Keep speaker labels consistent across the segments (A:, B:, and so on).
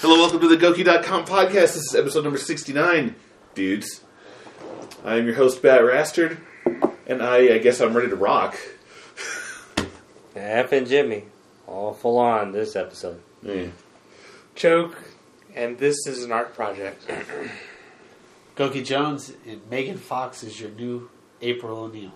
A: Hello, welcome to the Goki.com podcast. This is episode number 69, dudes. I am your host, Bat Rastard, and I, I guess I'm ready to rock.
B: F and Jimmy, all full on this episode.
C: Mm.
A: Yeah.
D: Choke, and this is an art project.
C: Goki Jones and Megan Fox is your new April O'Neil.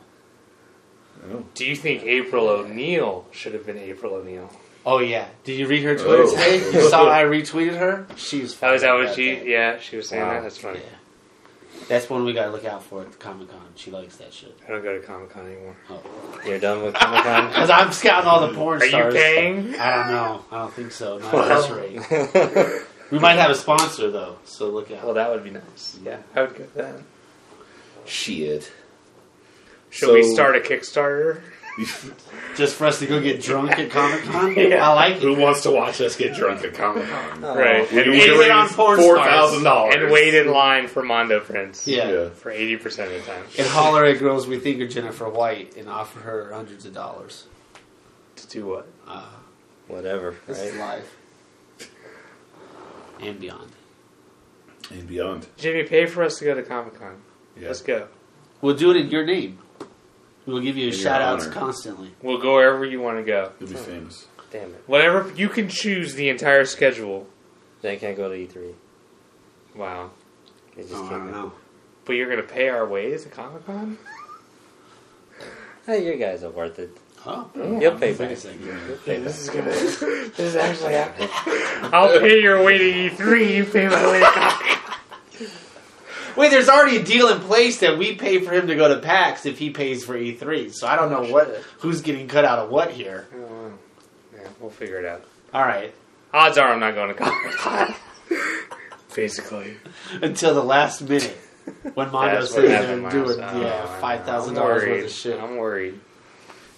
A: Oh.
D: Do you think April O'Neil should have been April O'Neil?
C: Oh yeah, did you read her Twitter
A: Oh.
C: today? You saw I retweeted her. She was.
D: Oh, is that what
C: about
D: she?
C: that.
D: Yeah, she was saying
B: Wow.
D: that. That's funny.
C: Yeah. That's one we gotta look out for at Comic Con. She likes that shit.
D: I don't go to Comic Con anymore.
C: Oh.
B: You're done with Comic Con?
C: Cause I'm scouting all the porn
D: Are you
C: stars.
D: paying?
C: I don't know. I don't think so. Not at this rate. We might have a sponsor though, so look
D: Well,
C: out.
D: that would be nice. Yeah, I would go to that.
A: Shit.
D: Should we start a Kickstarter?
C: Just for us to go get drunk at Comic Con.
D: Yeah.
C: I like it. Oh.
A: Who wants to watch us get drunk at Comic Con?
D: Right.
A: We
D: And,
A: need to
C: it on
A: raise
C: porn stars.
A: $4,000.
D: and wait in line for Mondo Prints.
C: Yeah.
D: For eighty percent of the time
C: And holler at girls we think are Jennifer White and offer her hundreds of dollars.
D: to do what?
C: Uh,
B: Whatever,
C: This is
B: right?
C: live. And beyond.
A: And beyond.
D: Jimmy, pay for us to go to Comic Con.
A: Yeah.
D: Let's go.
C: We'll do it in your name. We'll give you
A: In your
C: shout outs
A: honor.
C: constantly.
D: We'll go wherever you want to go.
A: You'll be famous.
B: Damn it.
D: Whatever you can choose the entire schedule.
B: They can't go to E3.
D: Wow.
B: They just
C: Oh, I
B: can't.
C: don't know.
D: But you're gonna pay our ways at Comic Con?
B: Hey, you guys are worth it.
C: Oh,
D: Mm.
B: You'll pay
C: wait a
B: back.
C: second.
B: You'll pay back.
D: is gonna. This is actually happening. I'll pay your way to E3. You pay my way to Comic
C: Wait, there's already a deal in place that we pay for him to go to PAX if he pays for E3. So I don't know what who's getting cut out of what here.
D: Con. Yeah, we'll figure it out.
C: All right,
D: Odds are I'm not going to Comic Con. Basically,
C: until the last minute when Mondo
D: That's
C: sits
D: what
C: there
D: happened
C: and doing
D: last time. Oh,
C: yeah five thousand
D: I'm
C: dollars worth
D: worried.
C: of shit.
D: I'm worried.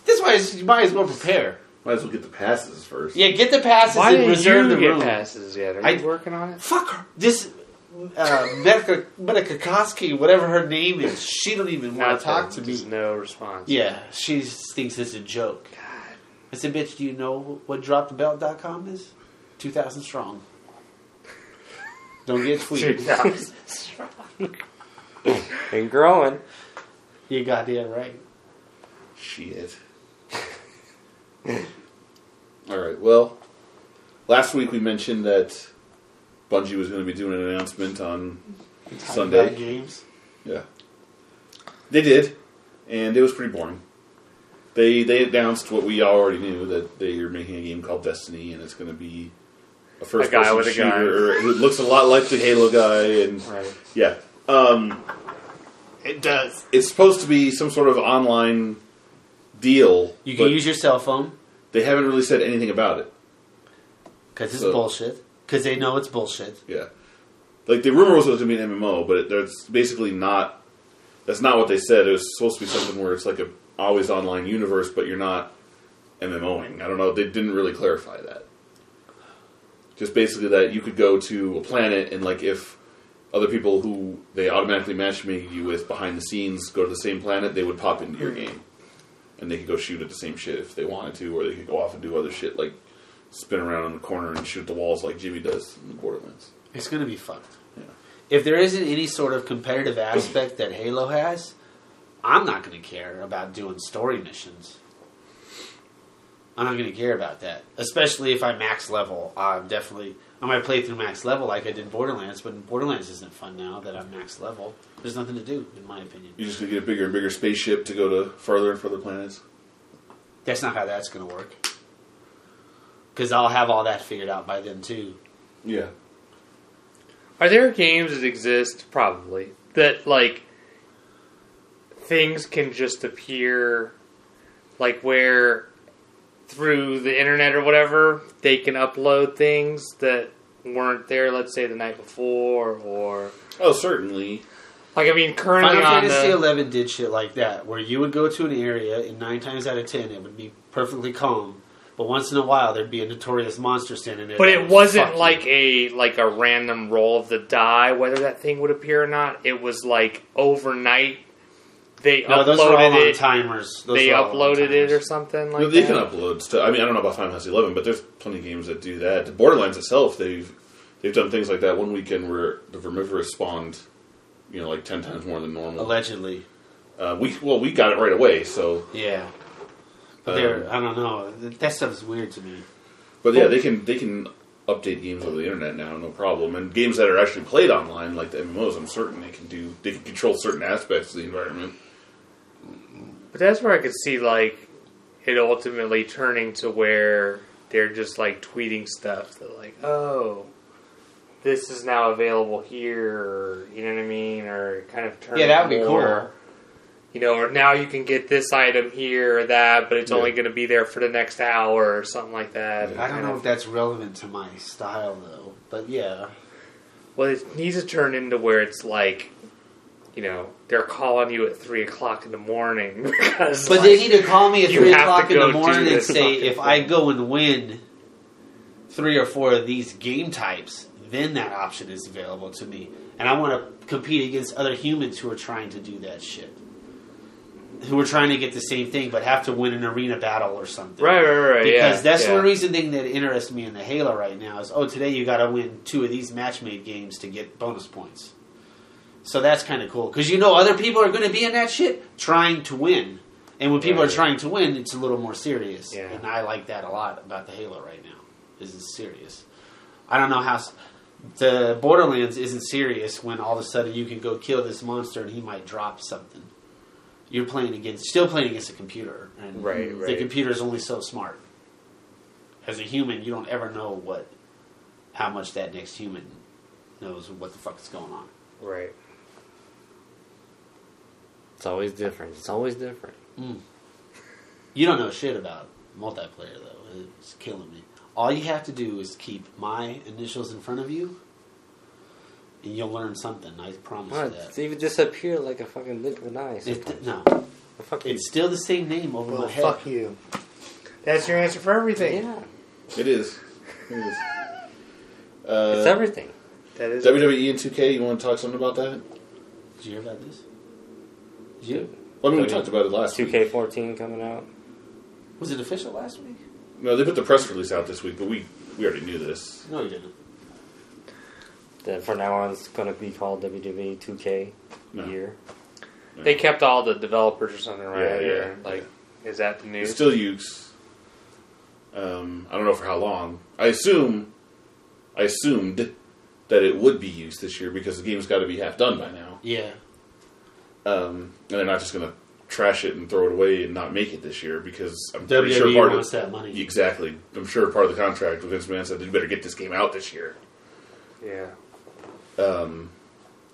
C: This way you might as well prepare.
A: Might as well get the passes first.
C: Yeah, get the passes
D: Why
C: and
D: didn't
C: reserve
D: you
C: the
D: get
C: room.
D: passes yet? Are
C: I-
D: you working on it?
C: Fuck her. This uh, Medka Medkakoski, whatever her name is, she don't even want to talk to
D: Nothing. Just
C: me.
D: No response.
C: Yeah, she thinks it's a joke.
D: God.
C: I said, bitch, do you know what dropthebelt.com is? 2,000 strong. Don't get tweeted.
B: And growing.
C: you goddamn right.
A: Shit. All right. Well, last week we mentioned that Bungie was going to be doing an announcement on
C: Talking
A: Sunday.
C: about games.
A: Yeah. They did, and it was pretty boring. They they announced what we already knew that they are making a game called Destiny, and it's going to be a first
D: guy
A: person
D: with a
A: shooter
D: gun.
A: who looks a lot like the Halo guy, and
D: Right.
A: yeah, um,
C: It does.
A: it's supposed to be some sort of online deal.
C: You can
A: but
C: use your cell phone
A: They haven't really said anything about it.
C: because it's
A: So-
C: bullshit. Because they know it's bullshit.
A: Yeah, like the rumor was it was going to be an MMO, but it, that's basically not. That's not what they said. It was supposed to be something where it's like a always online universe, but you're not MMOing. I don't know. They didn't really clarify that. Just basically that you could go to a planet and like if other people who they automatically matchmake you with behind the scenes go to the same planet, they would pop into your game, and they could go shoot at the same shit if they wanted to, or they could go off and do other shit like spin around in the corner and shoot at the walls like Jimmy does in the Borderlands.
C: It's going to be fucked.
A: Yeah.
C: If there isn't any sort of competitive aspect that Halo has, I'm not going to care about doing story missions. I'm not going to care about that, especially if I max level. I'm definitely I might play through max level like I did Borderlands, but Borderlands isn't fun now that I'm max level. There's nothing to do, in my opinion.
A: You're just gonna get a bigger and bigger spaceship to go to further and further planets.
C: That's not how that's going to work. Because I'll have all that figured out by then too.
A: Yeah.
D: Are there games that exist probably that like things can just appear like where through the internet or whatever they can upload things that weren't there let's say the night before or
A: Oh, certainly.
D: like I mean currently
C: Final
D: on
C: Fantasy
D: the,
C: Eleven did shit like that, where you would go to an area, and nine times out of ten, it would be perfectly calm. But once in a while, there'd be a notorious monster standing there.
D: but
C: that
D: it
C: would fuck
D: wasn't
C: you.
D: like a like a random roll of the die whether that thing would appear or not it was like overnight they
C: no,
D: uploaded
C: those were all on
D: it
C: timers. Those
D: they
C: were all on
D: uploaded it or
C: timers.
D: something like
A: No, they
D: that.
A: can upload stuff. I mean, I don't know about Final Fantasy Eleven, but there's plenty of games that do that. Borderlands itself, they've They've done things like that one weekend where the vermivorous spawned, you know, like ten times more than normal.
C: Allegedly.
A: Uh, we well, we got it right away. So,
C: Yeah. But
A: Um,
C: they're, I don't know. That that stuff's weird to me.
A: but yeah, they can they can update games over the internet now, no problem. And games that are actually played online, like the MMOs, I'm certain they can do. They can control certain aspects of the environment.
D: But that's where I could see like it ultimately turning to where they're just like tweeting stuff that like, oh, this is now available here, or, you know what I mean, or it kind of turn.
C: Yeah, that would be
D: more,
C: cool.
D: You know, or now you can get this item here or that, but it's
A: Yeah.
D: only going to be there for the next hour or something like that.
C: I don't
D: Kind
C: know
D: of-
C: if that's relevant to my style, though. But yeah.
D: Well, it needs to turn into where it's like, you know, they're calling you at three o'clock in the morning because.
C: But
D: like,
C: they need to call me at
D: You
C: three
D: have to
C: o'clock in
D: go
C: the morning
D: do
C: and
D: this
C: say
D: fucking
C: if I
D: thing."
C: go and win three or four of these game types, then that option is available to me, and I want to compete against other humans who are trying to do that shit, who are trying to get the same thing but have to win an arena battle or something.
D: right, right, right.
C: Because
D: yeah,
C: that's
D: yeah.
C: the reason thing that interests me in the Halo right now is oh today you got to win two of these match made games to get bonus points. So that's kind of cool because you know other people are going to be in that shit trying to win, and when people
D: Right.
C: are trying to win, it's a little more serious.
D: Yeah.
C: And I like that a lot about the Halo right now. Is it's serious. I don't know how s- the Borderlands isn't serious when all of a sudden you can go kill this monster and he might drop something. You're playing against, still playing against a computer, and
D: Right,
C: the
D: right.
C: computer is only so smart. As a human, you don't ever know what, how much that next human knows what the fuck is going on.
D: Right.
B: It's always different. It's always different.
C: You don't know shit about multiplayer though. It's killing me. All you have to do is keep my initials in front of you, and you'll learn something. I promise
B: What?
C: you
B: It's
C: that.
B: even disappeared like a fucking blink of an eye.
C: It,
B: sometimes.
C: no,
B: Fuck you.
C: it's still the same name over
B: Well,
C: my head.
B: fuck you.
D: That's your answer for everything.
B: Yeah,
A: It is. It is. Uh,
B: it's everything.
D: That is.
A: WWE E and 2K. You want to talk something about that?
C: Did you hear about this? Did you?
A: Well, I mean, we talked about it last
B: Oh, Two
A: week.
B: K fourteen coming out.
C: Was it official last week?
A: No, they put the press release out this week, but we we already knew this.
C: No, you didn't.
B: That from now on it's gonna be called WWE Two K
A: No.
B: year.
D: They kept all the developers or something,
A: Yeah,
D: right?
A: yeah,
D: Or, like, is that the news?
A: It's still Ukes. Um, I don't know for how long. I assume, I assumed that it would be used this year because the game's got to be half done by now,
C: Yeah.
A: um, and they're not just going to trash it and throw it away and not make it this year because I'm
C: WWE
A: pretty sure part
C: E wants
A: of
C: that money.
A: exactly. I'm sure part of the contract with Vince McMahon said they better get this game out this year.
D: yeah.
A: Um,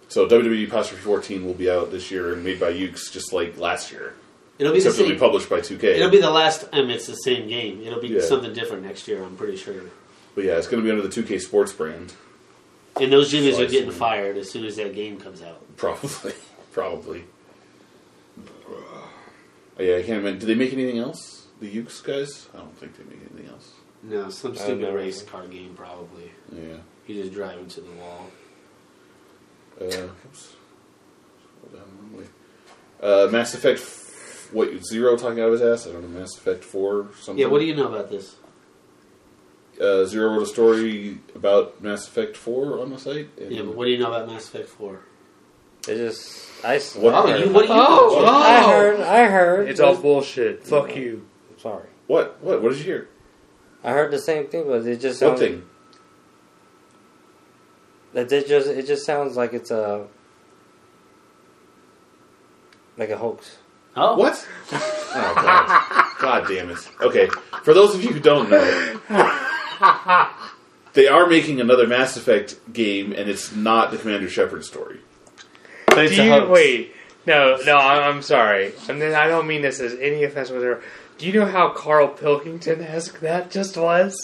A: so WWE apostrophe 14 will be out this year and made by Ukes just like last year.
C: It'll be the
A: Except it'll be
C: same.
A: published by 2K.
C: It'll be the last time it's the same game. It'll be
A: Yeah.
C: something different next year. I'm pretty sure.
A: But yeah, it's going to be under the 2K Sports brand,
C: And those juniors
A: So Oh, I
C: are getting
A: see.
C: fired as soon as that game comes out.
A: probably. probably. Oh, yeah, I can't remember. Did they make anything else? The Ukes guys? I don't think they make anything else.
C: No, some
B: I don't
C: stupid
B: know.
C: race car game probably.
A: Yeah.
C: You just drive into the wall.
A: Uh, oops. Scroll down the wrong way. Uh, Mass Effect, f- what zero talking out of his ass? I don't know. Mass Effect four, something.
C: Yeah, what do you know about this?
A: Uh, zero wrote a story about Mass Effect four on the site. and-
C: Yeah, but what do you know about Mass Effect Four?
B: It just I. s-
A: What?
B: I
C: Oh,
B: heard
C: you
B: about
C: what do you?
D: Oh,
C: know?
B: I heard. I heard.
D: It's all bullshit. Fuck you.
B: Sorry.
A: what? What? What did you hear?
B: I heard the same thing, but it just
A: What
B: sounds.
A: thing?
B: That it just it just sounds like it's a like a hoax.
C: Oh,
A: What? Oh, God. God damn it. Okay, for those of you who don't know, they are making another Mass Effect game, and it's not the Commander Shepard story.
C: But
D: Do you, wait. No, no, I- I'm sorry. And then I don't mean this as any offense whatsoever. Do you know how Carl Pilkington esque that just was?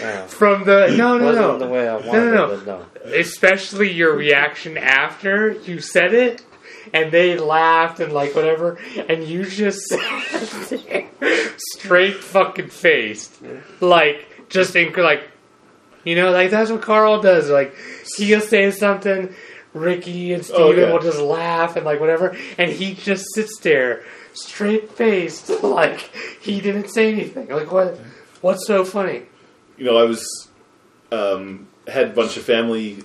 B: Yeah.
D: From the. No, no,
B: Wasn't
D: no.
B: the way I
D: No,
B: wanted
D: no, no.
B: it, but no.
D: especially your reaction after you said it and they laughed and like whatever and you just sat there straight fucking faced like just in like you know like that's what carl does like he'll say something ricky and steven
A: Oh, yeah.
D: will just laugh and like whatever and he just sits there straight faced like he didn't say anything like what what's so funny
A: You know, I was um, had a bunch of family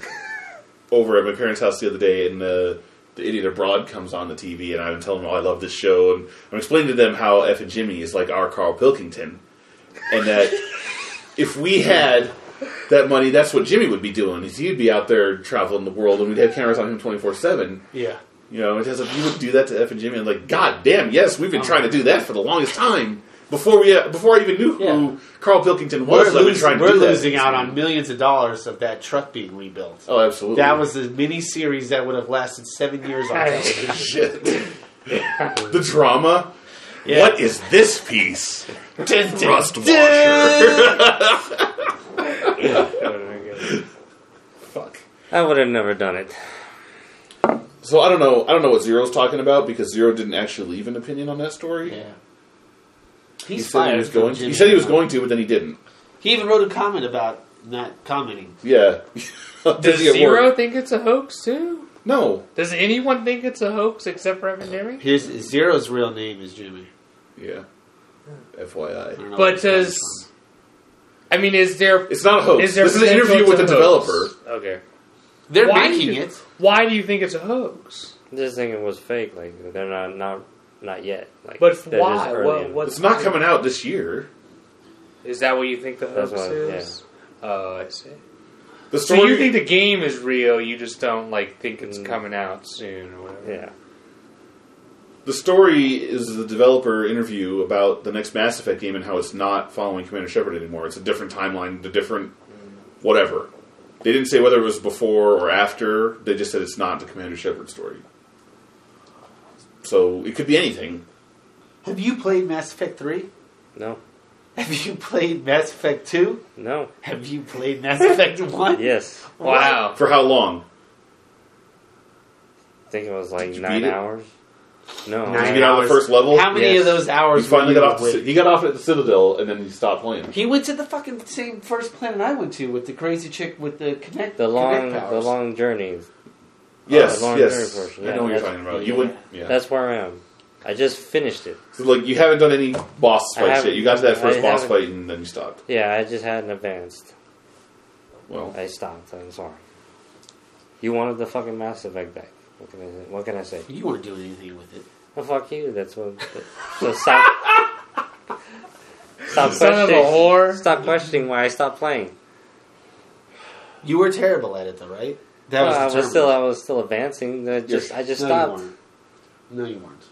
A: over at my parents' house the other day, and uh, the idiot abroad comes on the TV, and I'm telling them, "Oh, I love this show," and I'm explaining to them how F and Jimmy is like our Carl Pilkington, and that if we had that money, that's what Jimmy would be doing. Is he'd be out there traveling the world, and we'd have cameras on him twenty four seven.
C: Yeah.
A: You know, it has like, you would do that to F and Jimmy. I'm like, God damn, yes,
C: Oh.
A: we've been trying to do that for the longest time. Before we, uh, before I even knew
C: Yeah.
A: who Carl Pilkington
C: We're,
A: was, I've been
C: losing,
A: trying to
C: we're
A: do that.
C: losing out on millions of dollars of that truck being rebuilt.
A: Oh, absolutely.
C: That was a mini series that would have lasted seven years on television.
A: shit. the drama. What is this piece? Rust washer. Fuck.
B: I would have never done it.
A: So I don't know. I don't know what Zero's talking about because Zero didn't actually leave an opinion on that story.
C: Yeah. He's
A: He said
C: fired.
A: he was
C: from
A: going. To, he
C: Jimmy
A: said he was
C: Kimmel.
A: going to, but then he didn't.
C: He even wrote a comment about not commenting.
A: Yeah.
D: Does
A: Busy at
D: Zero
A: work.
D: think it's a hoax too?
A: No.
D: Does anyone think it's a hoax except for Evan Dairy?
C: His Zero's real name is Jimmy.
A: Yeah.
C: I
A: FYI,
C: don't know
D: But
C: what his
D: does-
C: last
D: I mean, is there
A: it's not a hoax.
D: is there
A: This is an
D: potential
A: interview with
D: it's
A: a
D: a hoax?
A: developer.
B: Okay.
C: name- They're
D: Why
C: making
D: do-
C: it.
D: Why do you think it's a hoax?
B: Just think it was fake. Like they're not not not yet. Like,
D: But
B: they're just
D: why?
B: early
D: What,
B: in-
D: what
A: It's not coming out this year.
D: Is that what you think the hoax
B: That's what-
D: is? Oh, I see.
A: The
D: So
A: story.
D: you think the game is real? You just don't like think it's
B: Mm.
D: coming out soon or whatever.
B: Yeah.
A: The story is the developer interview about the next Mass Effect game and how it's not following Commander Shepard anymore. It's a different timeline, a different whatever. They didn't say whether it was before or after. They just said it's not the Commander Shepard story. So it could be anything.
C: Have you played Mass Effect 3?
B: No.
C: Have you played Mass Effect 2?
B: No.
C: Have you played Mass Effect 1?
B: Yes.
D: Wow.
A: For how long?
B: I think it was like
A: you
B: nine
A: beat it?
B: hours. No.
C: Nine
A: Did you
B: I-
A: get out of
C: hours.
A: the first level?
C: How many
B: Yes.
C: of those
A: He
C: hours
A: finally
C: were
A: got
C: you
A: off. The,
C: awake?
A: ci- he got off at the Citadel and then he stopped
B: Oh,
A: playing.
C: He went to the fucking same first planet I went to with the crazy chick with the connect
B: the long
C: connect powers.
B: the long journeys.
A: Yes,
B: the long
A: yes.
B: journey portion.
A: I
B: Yeah,
A: know what you're
B: that's-
A: talking about. You would, yeah.
B: That's where I am. I just finished it.
A: So, like you haven't done any boss
B: I
A: fights yet.
B: haven't-
A: You got to that
B: I
A: first boss
B: haven't.
A: fight and then you stopped.
B: Yeah, I just hadn't advanced.
A: Well,
B: I stopped. I'm sorry. You wanted the fucking Mass Effect back. What can I say? What can I say?
C: You weren't doing anything with it.
B: Well, fuck you. That's what. So stop. stop
D: Son of a
B: questioning.
D: whore.
B: Stop questioning why I stopped playing.
C: You were terrible at it, though, right? That
B: Well, I
C: was, the
B: was still I was still advancing. I just I just
C: no,
B: stopped.
C: You weren't. no, you weren't.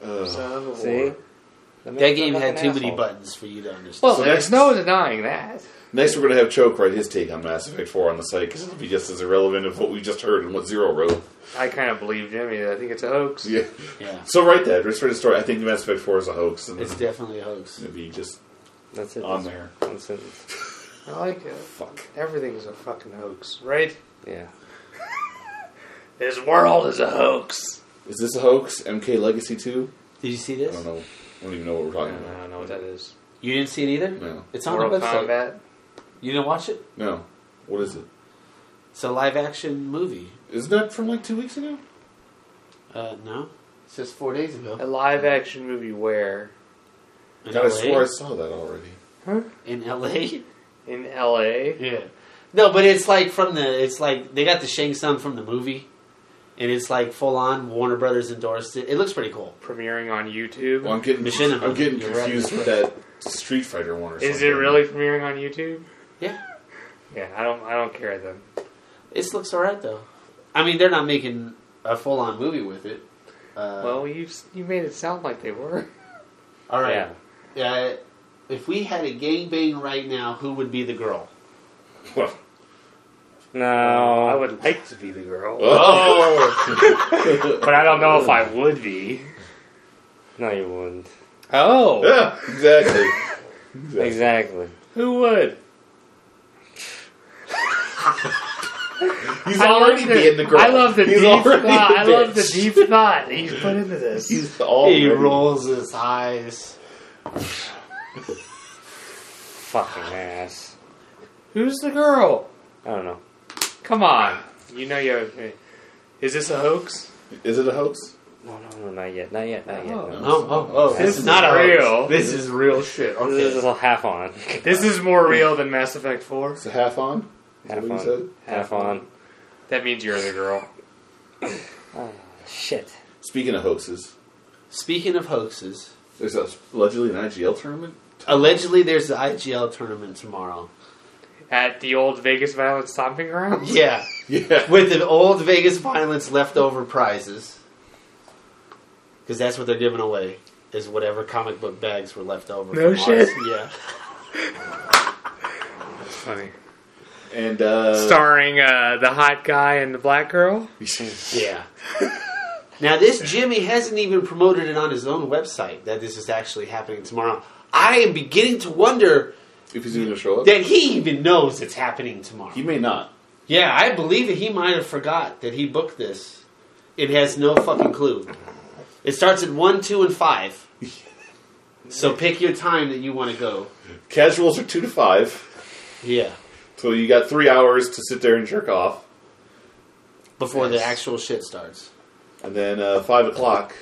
A: uh,
B: See, That
C: That
B: makes me
C: game
B: a
C: had
B: fucking
C: too many
B: asshole.
C: buttons for you to understand.
D: Well,
A: So
D: there's
A: next-
D: no denying that.
A: Next, we're going to have Choke write his take on Mass Effect 4 on the site because it'll be just as irrelevant of what we just heard and what Zero wrote.
D: I kind of believe Jimmy. I think it's a hoax.
A: Yeah.
C: yeah,
A: So write that. Just write a story. I think Mass Effect 4 is a hoax. And
C: it's
A: it's
C: definitely a hoax.
A: going to be just
B: That's it.
A: on
B: That's
A: there.
B: one sentence.
D: I like it.
A: Fuck.
D: Everything's a fucking hoax, right?
B: Yeah.
D: This world is a hoax.
A: Is this a hoax? MK Legacy 2?
C: Did you see
A: I
C: this?
A: don't know. I don't even know what we're
D: I
A: talking about.
D: don't know what that is.
C: You didn't see it either.
A: No.
C: It's on
D: world
C: the website.
D: combat.
C: You didn't watch it?
A: No. What is it?
C: It's a live action movie.
A: Isn't that from like two weeks ago?
C: Uh, no, it's just four days ago.
D: A live action movie where
C: In
A: God, I swore I
C: LA.
A: saw that already.
C: In LA.
D: in L.A.
C: Yeah. No, but it's like from the. It's like they got the Shang Tsung from the movie, and it's like full on Warner Brothers endorsed it. It looks pretty cool.
D: premiering on YouTube.
A: Well, I'm getting,
C: Machinima.
A: I'm getting
C: You're right.
A: confused with that Street Fighter one or something.
D: Is it really premiering on YouTube?
C: Yeah,
D: Yeah, I don't. I don't care then.
C: it looks alright though. I mean, they're not making a full on movie with it. Uh,
D: Well, you s- you made it sound like they were.
C: all right.
B: Yeah.
C: Uh, if we had a gangbang right now, who would be the girl?
A: Well,
B: No.
D: I would like to be the girl,
A: oh!
D: but I don't know if I would be.
B: No, you wouldn't.
D: Oh,
A: yeah, exactly. exactly.
B: Exactly.
D: who would?
A: He's
D: I love
A: already
D: the-
A: being the girl.
D: I love the
A: He's
D: deep
A: already
D: thought.
A: a
D: I love the
A: bitch.
D: deep thought he's put into this.
A: He's already.
C: He rolls his eyes.
B: Fucking ass.
D: Who's the girl?
B: I don't know.
D: Come on, you know you. Is this a hoax?
A: Is it a hoax?
B: No, no, no, not yet, not yet, not yet.
D: Oh.
B: no.
C: Oh, oh, oh!
D: This
C: This
D: is
C: is not a
D: real.
C: This is real shit.
B: This is
C: Okay.
B: a half on,
D: This is more real than Mass Effect 4.
A: It's a half on. Is that
B: half
A: what you said?
B: on, half on.
D: That means you're the girl.
B: Shit.
A: Speaking of hoaxes,
C: Speaking of hoaxes,
A: there's a, allegedly an IGL tournament.
C: allegedly there's the IGL tournament tomorrow.
D: At the old Vegas Violence Stomping Grounds?
C: Yeah,
A: Yeah,
C: with the old Vegas violence leftover prizes, because that's what they're giving away is whatever comic book bags were left over.
D: No
C: from
D: shit.
C: ours. Yeah.
D: That's funny.
A: and uh,
D: Starring uh, the hot guy and the black girl?
C: Yeah. now this Jimmy hasn't even promoted it on his own website that this is actually happening tomorrow. I am beginning to wonder
A: if he's going to show up,
C: that he even knows it's happening tomorrow.
A: he may not.
C: Yeah, I believe that he might have forgot that he booked this. It has no fucking clue. It starts at one, two, and five. So pick your time that you want to go.
A: Casuals are two to five,
C: Yeah,
A: so you got three hours to sit there and jerk off,
C: before the
D: Yes.
C: actual shit starts.
A: and then uh, five o'clock.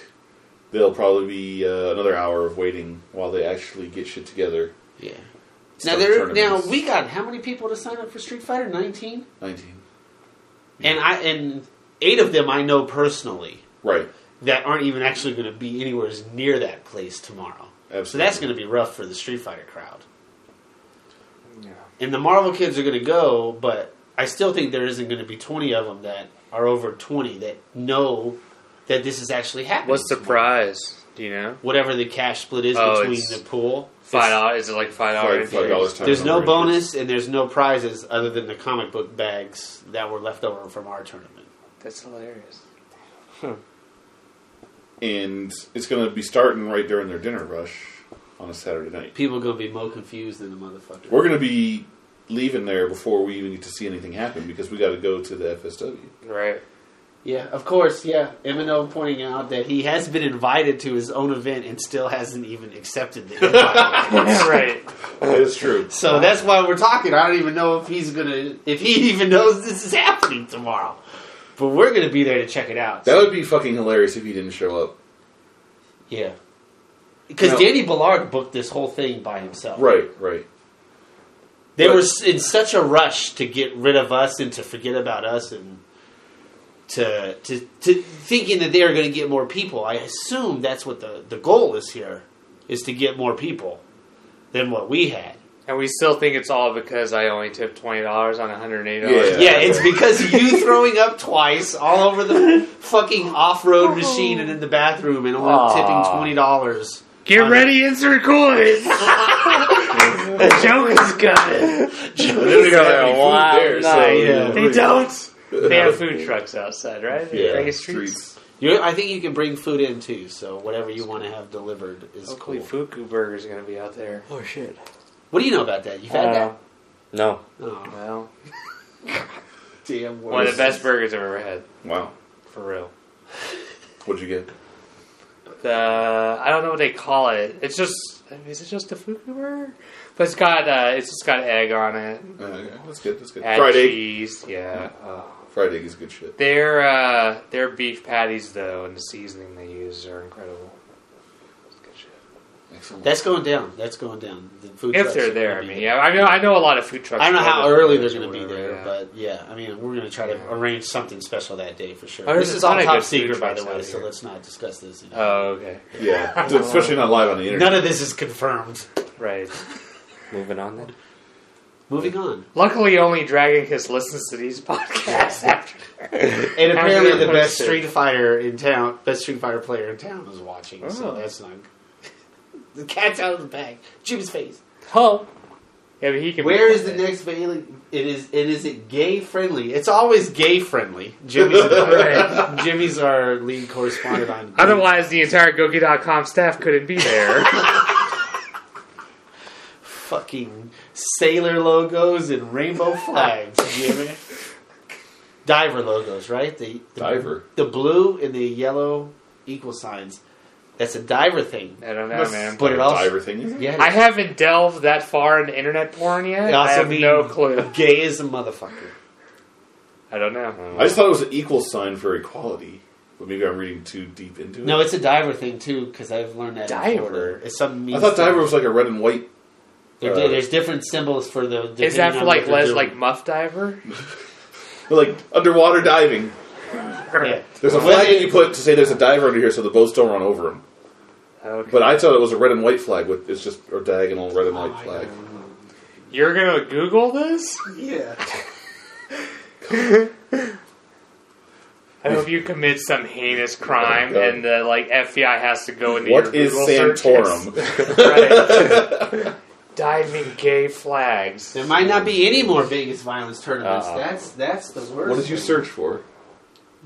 A: There'll probably be uh, another hour of waiting while they actually get shit together.
C: Yeah. Now
A: Start
C: there. Now
A: tournaments.
C: we got how many people to sign up for Street Fighter? Nineteen.
A: Nineteen,
C: and I and eight of them I know personally
A: right?
C: that aren't even actually going to be anywhere as near that place tomorrow.
A: Absolutely.
C: So that's going to be rough for the Street Fighter crowd.
B: Yeah.
C: And the Marvel kids are going to go, but I still think there isn't going to be twenty of them that are over twenty that know that this is actually happening.
D: What's the
C: tomorrow.
D: prize? Do you know?
C: Whatever the cash split is
D: Oh,
C: between
D: it's-
C: the pool.
D: Five dollars? Is it like five
A: Five,
D: dollars?
A: five dollars. times
C: There's no
A: number of
C: bonus and there's no prizes other than the comic book bags that were left over from our tournament.
B: That's hilarious.
A: entries. and it's going to be starting right during their dinner rush on a Saturday night.
C: People going to be more confused than the motherfucker.
A: We're going to be leaving there before we even get to see anything happen because we got to go to the FSW.
D: Right.
C: Yeah, of course. Yeah, Eminem pointing out that he has been invited to his own event and still hasn't even accepted the invite.
D: right.
A: That's true.
C: so that's why we're talking. I don't even know if he's gonna, if he even knows this is happening tomorrow. But we're gonna be there to check it out.
A: That would be fucking hilarious if he didn't show up.
C: yeah, because
A: No.
C: Danny Ballard booked this whole thing by himself.
A: Right, right.
C: They
A: But-
C: were s- in such a rush to get rid of us and to forget about us and to to, to thinking that they are going to get more people. I assume that's what the, the goal is here is to get more people than what we had.
D: And we still think it's all because I only tipped twenty dollars on one hundred and eight
A: Yeah.
D: dollars.
C: Yeah, it's because of you throwing up twice all over the fucking off road machine and in the bathroom and only
B: Aw.
C: tipping twenty dollars.
D: Get ready, insert coins. the joke is coming.
A: They don't even have any food
B: Wow,
A: there, so-
B: nice.
C: Yeah.
D: They don't. They have food trucks outside, right?
A: Yeah,
D: Vegas streets.
A: streets.
C: You, I think you can bring food in too, so whatever you want to have delivered is
D: Hopefully,
C: cool.
D: Fuku Burger's gonna be out there. Uh,
B: Oh shit.
C: What do you know about that? You've
A: Uh,
C: had that?
B: No.
C: Oh,
B: Well,
C: damn.
D: One of
C: worst.
D: the best burgers I've ever had,
A: Wow.
D: for real.
A: What'd you get? Uh,
D: The I don't know what they call it. It's just is it just a Fuku burger? But it's got uh, it's just got egg on it.
A: Uh, okay, that's good. That's good.
D: Add
A: Fried egg.
D: cheese, yeah. Oh.
A: Fried egg is good shit.
D: Their uh, their beef patties though, and the seasoning they use are incredible. It's good shit.
A: Excellent.
C: That's going down. That's going down. The food
D: If
C: trucks
D: they're
C: are
D: there,
C: gonna
D: I
C: be
D: mean,
C: there.
D: yeah, I know I know a lot of food trucks.
C: I don't know
D: go
C: how
D: to
C: early they're
D: Vegas or
C: going to be
D: whatever,
C: there,
D: yeah.
C: but yeah, I mean, we're going to try to
D: Yeah.
C: arrange something special that day for sure.
D: Oh, there's
C: this
D: a
C: is all
D: ton of
C: top
D: good food
C: secret, by
D: trucks
C: the way,
D: out
C: so
D: here.
C: let's not discuss this. Anymore.
D: oh okay,
A: yeah, especially not live on the internet.
C: None of this is confirmed.
D: right.
B: moving on then.
C: Moving on.
D: Luckily, only Dragon Kiss listens to these podcasts after.
C: And
D: How's
C: apparently,
D: that
C: the best
D: posted?
C: Street Fighter in town, best Street Fighter player in town, is watching. So
D: Oh.
C: that's not. the cat's out of the bag. Jim's face.
B: Oh.
D: Yeah, but he can.
C: Where is the next Bailey? It is. It is it gay friendly. It's always gay friendly. Jimmy's
D: Right.
C: Jimmy's our lead correspondent on.
D: Otherwise, the entire Gogi.com staff couldn't be there.
C: fucking sailor logos and rainbow flags, Jimmy. Diver logos, right? The, the
A: Diver.
C: the blue and the yellow equal signs. That's a diver thing.
D: I don't know,
C: Must
D: man.
C: Put it
A: Diver
C: also.
A: thing. is it?
C: Yeah,
D: I haven't delved that far into internet porn yet.
C: They
D: I
C: also
D: have
C: mean
D: no clue.
C: Gay as a motherfucker.
D: I don't know.
A: I just thought it was an equal sign for equality. But maybe I'm reading too deep into it.
C: No, it's a diver thing too because I've learned that. in
D: Diver?
C: Florida. It's some.
A: I thought
C: means-
A: diver was like a red and white.
C: There-
A: uh,
C: there's different symbols for the.
D: Is that
C: depending
D: for
C: on
D: like
C: what they're
D: Les,
C: doing.
D: like muff diver?
A: Like underwater diving.
C: Yeah.
A: There's a
C: Well,
A: flag
C: it-
A: you put to say there's a diver under here so the boats don't run over him.
B: Uh, Okay.
A: But I thought it was a red and white flag with it's just a diagonal red and
C: Oh,
A: white
C: I
A: flag.
C: don't know.
D: You're gonna Google this?
C: Yeah.
D: I hope you commit some heinous crime
A: Oh, God.
D: and the like FBI has to go into
A: What
D: your
A: is
D: Google
A: Santorum?
D: searches. Right. Diving gay flags.
C: There might not be any more Vegas violence tournaments.
B: Uh-uh.
C: That's that's the worst.
A: What did you
C: thing.
A: search for?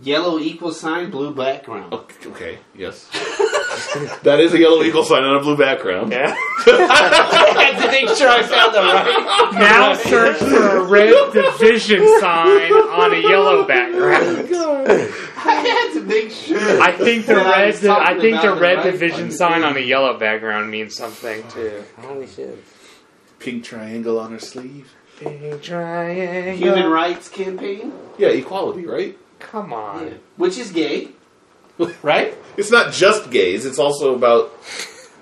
C: Yellow equal sign, blue background.
A: Okay, yes. that is a yellow eagle sign on a blue background.
D: Yeah.
C: I had to make sure I found the right.
D: Now search for a red division sign on a yellow background.
C: I had to make sure.
D: I think the
C: Well, I
D: red
C: was talking
D: I think the
C: about the
D: red
C: right
D: division
C: one,
D: sign
C: too.
D: on a yellow background means something too.
B: Holy shit.
A: Pink triangle on her sleeve.
D: Big triangle.
C: Human rights campaign,
A: Yeah, equality, right?
D: Come on.
C: which is gay, right?
A: It's not just gays. It's also about,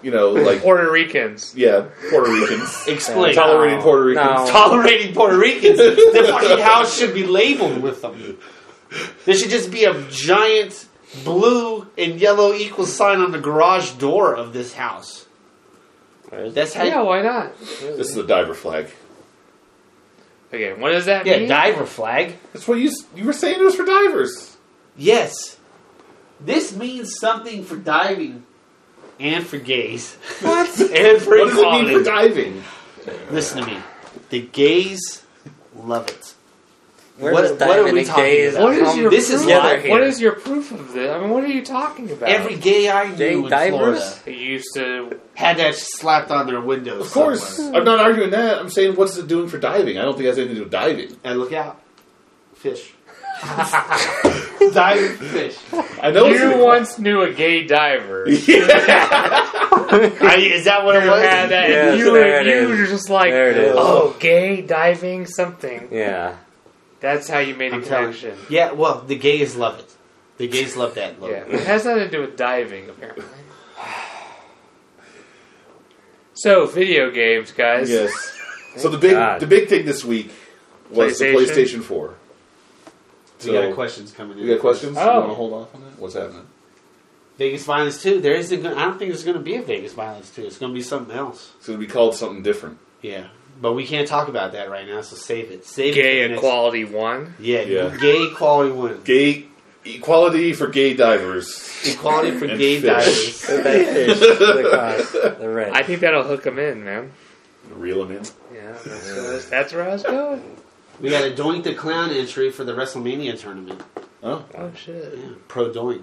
A: you know, like
D: Puerto Ricans.
A: yeah, Puerto Ricans
C: Explain. Oh.
A: tolerating Puerto Ricans.
B: No.
C: Tolerating Puerto Ricans. the fucking house should be labeled with them. There should just be a giant blue and yellow equal sign on the garage door of this house.
B: Where is
C: That's how.
D: Yeah, why not?
A: This is a diver flag.
D: Okay, what does that
C: yeah
D: mean?
C: diver flag.
A: That's what you s- you were saying. It was for divers.
C: Yes. This means something for diving and for gays. What? and for
A: What does it mean for
C: equality.
A: diving?
C: Listen to me. The gays love it.
B: Where
C: What-
B: is
C: what
B: diamond
C: are we
B: and
C: talking
B: gaze
C: about?
D: What is
B: outcome
D: your
C: This
D: proof?
C: is
B: together
C: why-
B: here?
D: What is your proof of this? I mean, what are you talking about?
C: Every gay I knew
B: Gay
C: in
B: divers?
C: Florida
D: They used to.
C: had that slapped on their windows.
A: Of course,
C: somewhere.
A: I'm not arguing that. I'm saying what's it doing for diving? I don't think it has anything to do with diving.
C: And look out, fish. diving fish.
A: I know it's
D: you
A: an-
D: once knew a gay diver. You
C: I, is that what it was?
D: had that,
B: Yes,
D: and you,
B: there
D: were,
B: it
D: you
B: is.
D: were just like,
B: There it is.
D: oh, gay diving something.
B: Yeah.
D: That's how you made a
C: I'm telling you.
D: connection.
C: Yeah. Well, the gays love it. The gays love that logo.
D: Yeah, it has nothing to do with diving, apparently. So, video games, guys.
A: Yes. so the big
B: God.
A: the big thing this week was the
D: PlayStation?
A: PlayStation 4.
C: We got questions coming in.
A: You got questions? You
D: Oh.
A: want to hold off on that? What's happening?
C: Vegas Violence Two. There isn't. Gonna, I don't think there's going to be a Vegas Violence Two. It's going to be something else.
A: It's going to be called something different.
C: Yeah, but we can't talk about that right now. So save it. Save it.
D: Gay
C: for the next-
D: Equality 1.
C: Yeah,
A: Yeah.
C: gay equality win.
A: Gay equality for gay divers.
C: Equality for
A: And
C: gay
A: fish.
C: divers.
B: That fish, the cross, the red.
D: I think that'll hook them in, man.
A: Reel them in.
D: Yeah, that's, where I was- that's where I was going.
C: We got a Doink the Clown entry for the WrestleMania tournament.
A: Oh,
D: Oh, shit.
C: Yeah, pro Doink.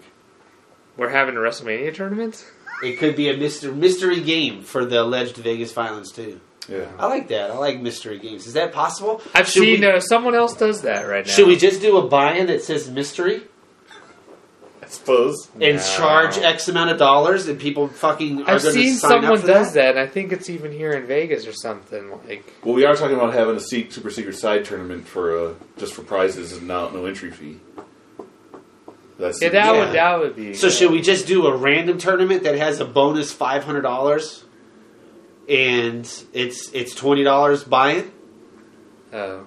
D: We're having a WrestleMania tournament?
C: It could be a myster- mystery game for the alleged Vegas violence too.
A: yeah.
C: I like that. I like mystery games. Is that possible?
D: I've
C: Should
D: seen
C: we-
D: uh, someone else does that right now.
C: Should we just do a buy-in that says mystery
A: I suppose.
C: and
D: No.
C: charge X amount of dollars and people fucking are
D: I've
C: going to
D: seen
C: sign up
D: someone
C: for
D: does
C: that?
D: that, and I think it's even here in Vegas or something. Like,
A: Well, we are talking about having a se- super secret side tournament for uh, just for prizes and not no entry fee. That's
D: yeah, that
C: Yeah.
D: would that would be.
C: So should we just do a random tournament that has a bonus five hundred dollars, and it's it's twenty dollars buy-in?
D: Oh.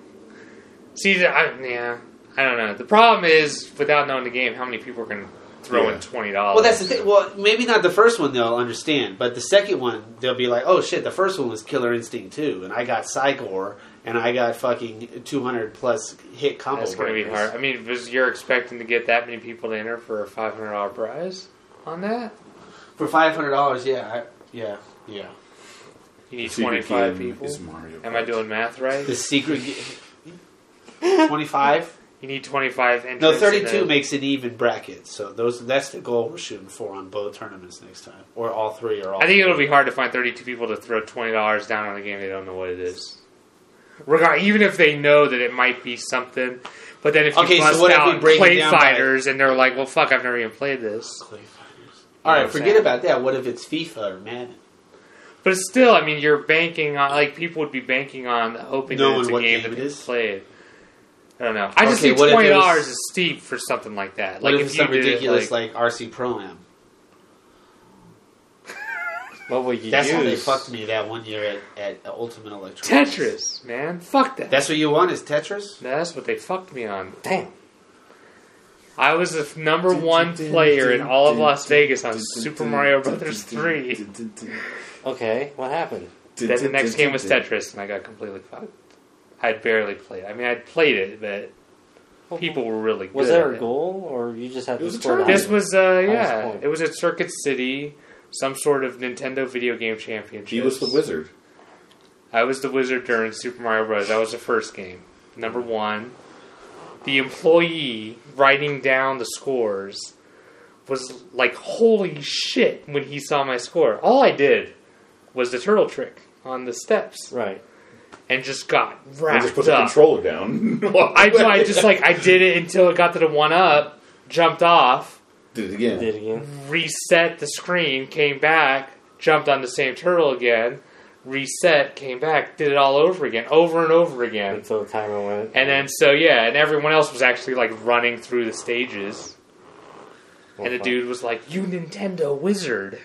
D: See, I, yeah, I don't know. The problem is, without knowing the game, how many people are going to throw
A: Yeah.
D: in twenty dollars?
C: Well, that's the thing. Well, maybe not the first one they'll understand, but the second one they'll be like, "Oh shit, the first one was Killer Instinct 2, and I got Psychor, and I got fucking two hundred plus hit combo."
D: That's going to be
C: breakers."
D: hard. I mean, was you're expecting to get that many people to enter for a five hundred dollar prize on that?
C: for five hundred dollars. Yeah, I, yeah, yeah.
D: You need
A: secret
D: twenty five
A: game
D: people.
A: Is Mario
D: Am I
A: Kart.
D: doing math right?
C: The secret twenty five.
D: You need twenty five entries.
C: No, thirty-two
D: to-
C: makes an even bracket. So those that's the goal we're shooting for on both tournaments next time, or all three, or all.
D: I think
C: four.
D: it'll be hard to find 32 people to throw $20 down on a game they don't know what it is. Regard, even if they know that it might be something, but then if you
C: Okay, so
D: bust
C: what if we
D: out
C: break it
D: play
C: down by-
D: fighters and they're like, "Well, fuck, I've never even played this,"
C: All
D: You know
C: right,
D: what I'm
C: forget
D: saying?
C: about that. What if it's FIFA or Madden?
D: but still, I mean, you're banking on like people would be banking on hoping
C: Knowing
D: that it's a
C: what
D: game
C: game
D: that
C: it
D: people
C: is?
D: played. I don't know. I just
C: Okay,
D: think
C: what if
D: twenty
C: it was-
D: dollars is steep for something like that. Like
C: What if,
D: if
C: it's
D: you
C: some
D: did
C: ridiculous
D: it, like,
C: like, RC Pro Am?
B: What would you
C: That's
B: use?
C: how they fucked me that one year at, at Ultimate Electronics.
D: Tetris, man. Fuck that.
C: That's what you want is Tetris.
D: That's what they fucked me on. Damn. I was the f- number one player in all of Las Vegas on Super Mario Brothers 3.
B: Okay, what happened?
D: Then the next game was Tetris, and I got completely fucked. I'd barely played. I mean, I'd played it, but people were really good.
B: Was there
D: at
B: a
D: it.
B: goal, or you just had
A: It
B: to
A: was a
B: score?
A: tournament.
D: This was, uh, yeah.
B: point.
D: It was at Circuit City, some sort of Nintendo video game championship.
A: He was the wizard.
D: I was the wizard during Super Mario Bros. That was the first game. Number one, the employee writing down the scores was like, "Holy shit!" When he saw my score, all I did was the turtle trick on the steps
B: right.
D: and just got
A: I
D: wrapped
A: just put the
D: up.
A: controller down.
D: I, no, I just like I did it until it got to the one up, jumped off,
A: did it again.
B: Did it again.
A: Mm-hmm.
D: reset the screen, came back, jumped on the same turtle again, reset, came back, did it all over again, over and over again.
B: Until the timer went.
D: And then so yeah, and everyone else was actually like running through the stages. And the dude was like, "You Nintendo wizard!"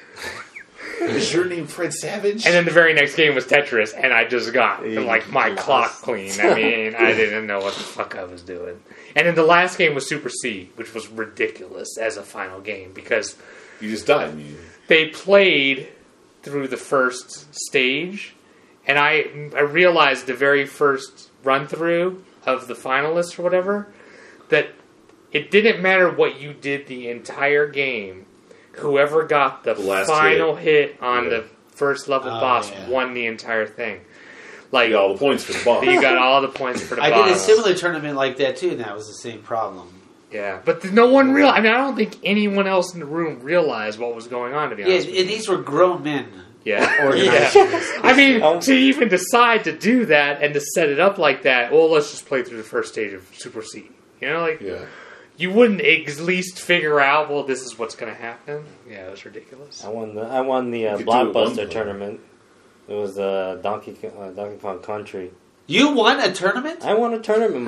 A: Is your name Fred Savage?
D: And then the very next game was Tetris, and I just got like my clock clean. I mean, I didn't know what the fuck I was doing. And then the last game was Super C, which was ridiculous as a final game because
A: you just died. I mean,
D: they played through the first stage, and I I realized the very first run through of the finalists or whatever that it didn't matter what you did the entire game, whoever got the,
A: The last
D: final hit, on
A: Yeah.
D: the first level
C: Oh,
D: boss
C: yeah.
D: won the entire thing.
A: I
D: Like
A: got all the points for the boss.
D: you got all the points for the
C: I
D: boss.
C: did a similar tournament like that too, and that was the same problem.
D: yeah, but th- no one real. I mean, I don't think anyone else in the room realized what was going on. To be
C: Yeah,
D: honest,
C: and
D: with you.
C: these were grown men.
D: yeah, yeah.
C: Organized.
D: I mean,
B: Um,
D: to even decide to do that and to set it up like that, well, let's just play through the first stage of Super C. You know, like
A: yeah.
D: you wouldn't at least figure out, well, this is what's going to happen. Yeah, it was ridiculous.
B: I won the I won the uh,
A: You could do it one
B: blockbuster
A: time.
B: tournament. It was uh, Donkey Kong- uh, Donkey Kong Country.
C: You won a tournament?
B: I won a tournament,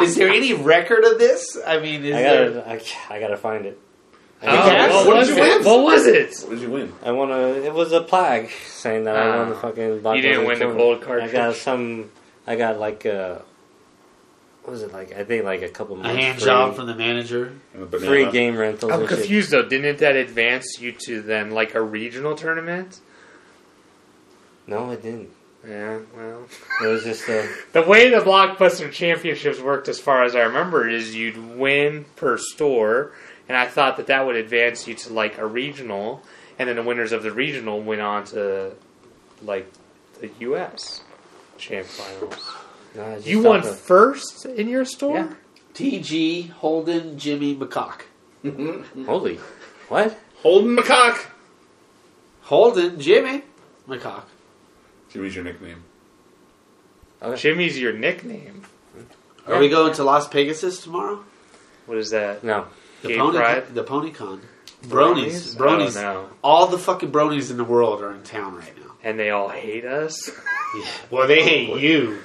C: Is there any record of this? I mean, is
B: I
C: there?
B: gotta I, I gotta find it.
D: Oh,
C: guess?
D: what,
C: What
D: was
C: did you
D: it?
C: win?
D: What was it?
A: What did you win?
B: I won a. It was a plaque saying that I won the
D: Ah.
B: fucking. Blockbuster
D: You didn't win the
B: tournament.
D: gold
B: I got
D: cartridge?
B: some. I got like a. What was it like? I think like a couple
C: A
B: months.
C: hand
B: free,
C: job Oh, from the manager.
A: And a banana.
B: free game rentals.
D: I'm
B: and shit.
D: confused though. Didn't that advance you to then like a regional tournament?
B: No, it didn't.
D: Yeah, well,
B: It was just a.
D: the way the blockbuster championships worked, as far as I remember, is you'd win per store, and I thought that that would advance you to like a regional, and then the winners of the regional went on to like the U.S. champ finals.
B: No, I just
D: You won
B: thought
D: first in your store.
B: Yeah.
C: TG Holden Jimmy McCock.
B: that- Holy, what?
A: Holden McCock.
C: Holden Jimmy McCock.
A: Jimmy's your nickname.
D: Jimmy's your nickname.
C: Are we going to Las Pegasus tomorrow?
D: What is that?
B: No,
C: The
D: Gay
C: pony,
D: pride?
C: the pony con. Bronies, bronies.
D: Oh, no.
C: All the fucking bronies in the world are in town right now.
D: And they all hate us.
C: Well, they hate you.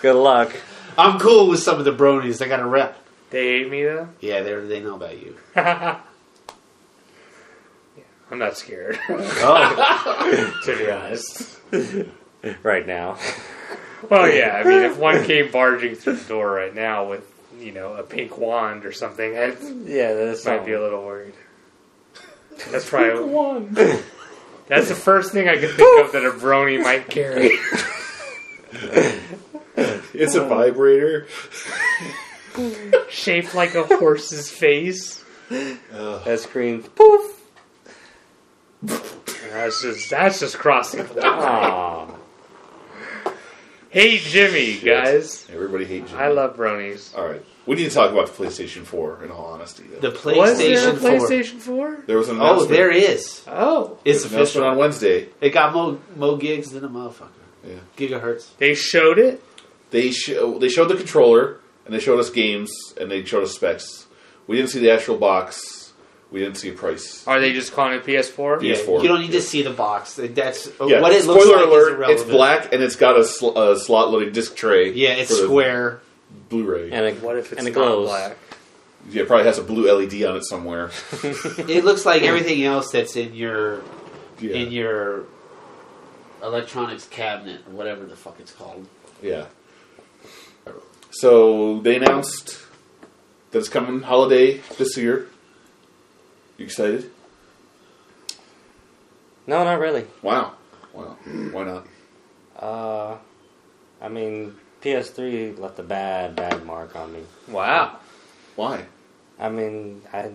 B: good luck.
C: I'm cool with some of the bronies. They got a rep.
D: They hate me though.
C: Yeah, they they know about you.
D: I'm not scared.
C: Oh,
D: to be honest.
B: Right now,
D: Well, yeah. I mean, if one came barging through the door right now with you know a pink wand or something, I
B: yeah, that's
D: might
B: not-
D: be a little worried. That's probably That's the first thing I could think of that a brony might carry.
A: It's
D: Oh.
A: a vibrator.
D: Shaped like a horse's face.
B: that screams poof.
D: That's just that's just crossing. the line.
B: Aw.
D: Hey, Jimmy, guys.
A: Everybody hates Jimmy.
D: I love bronies.
A: All right. We need to talk about the PlayStation 4. In all honesty, though.
C: the
D: Was there a
C: PlayStation, 4.
D: PlayStation Four?
A: there was an
C: Oh,
A: announcement.
C: there is.
D: Oh,
A: There was
C: It's
A: an announcement on
C: official.
A: Wednesday.
C: It got more more gigs than a motherfucker.
A: Yeah.
C: Gigahertz.
D: they showed it.
A: They show they showed the controller and they showed us games and they showed us specs. We didn't see the actual box. We didn't see a price.
D: Are they just calling it PS4?
A: Yeah. PS4.
C: You don't need
A: Yeah.
C: to see the box. That's
A: Yeah.
C: Oh, what it
A: Spoiler
C: looks like. is
A: alert: It's
C: irrelevant.
A: black and it's got a, sl- a slot-loaded disc tray.
C: Yeah, it's
A: for the
C: square.
A: Blu-ray.
B: And it,
E: What if it's
B: and it
E: not
B: glows.
E: black?
A: yeah, it probably has a blue LED on it somewhere.
C: It looks like everything else that's in your
A: Yeah,
C: in your electronics cabinet or whatever the fuck it's called.
A: yeah. So they announced that it's coming holiday this year. You excited?
B: No, not really.
A: Wow, wow. Why not?
B: Uh, I mean, PS3 left a bad, bad mark on me.
D: Wow.
A: Why?
B: I mean, I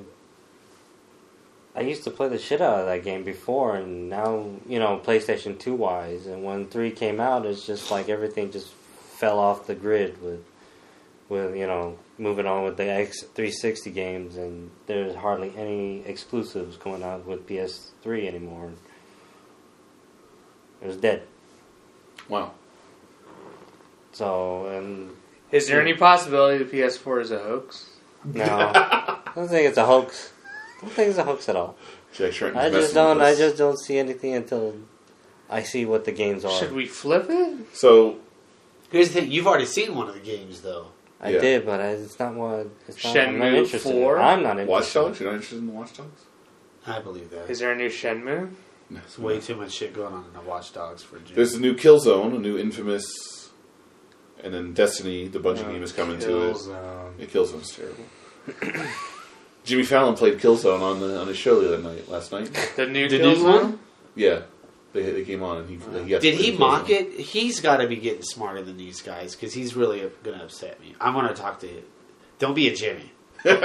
B: I used to play the shit out of that game before, and now you know PlayStation Two wise, and when three came out, it's just like everything just fell off the grid with with you know moving on with the X three sixty games, and there's hardly any exclusives going out with PS three anymore. It was dead.
A: Wow.
B: So and
D: Is there any possibility the PS4 is a hoax?
B: no, I don't think it's a hoax. I don't think it's a hoax at all.
A: Jack Trenton's
B: I just
A: messing with
B: don't. I
A: us.
B: just don't see anything until I see what the games are.
D: Should we flip it?
A: So
C: Here's the thing: you've already seen one of the games, though.
B: I
A: Yeah.
B: did, but I, it's not what. It's not, I'm not
D: Shenmue
B: interested. in it.
D: 4?
B: I'm not
A: Watch
B: interested.
A: Dogs? You're not interested in the Watch Dogs?
C: I believe that.
D: Is there a new Shenmue?
C: There's way too much shit going on in the Watch Dogs for June.
A: There's a new Killzone, a new Infamous, and then Destiny, the Bungie
C: Oh,
A: game is coming to
C: Killzone.
A: it. Yeah, Killzone's terrible. Jimmy Fallon played Killzone on the on his show the other night, last night.
D: The new
C: The new
D: Killzone?
C: one?
A: Yeah, they they came on and he, he got to
C: Did
A: play
C: he
A: Killzone.
C: mock it? He's got to be getting smarter than these guys because he's really going to upset me. I'm going to talk to him. Don't be a Jimmy and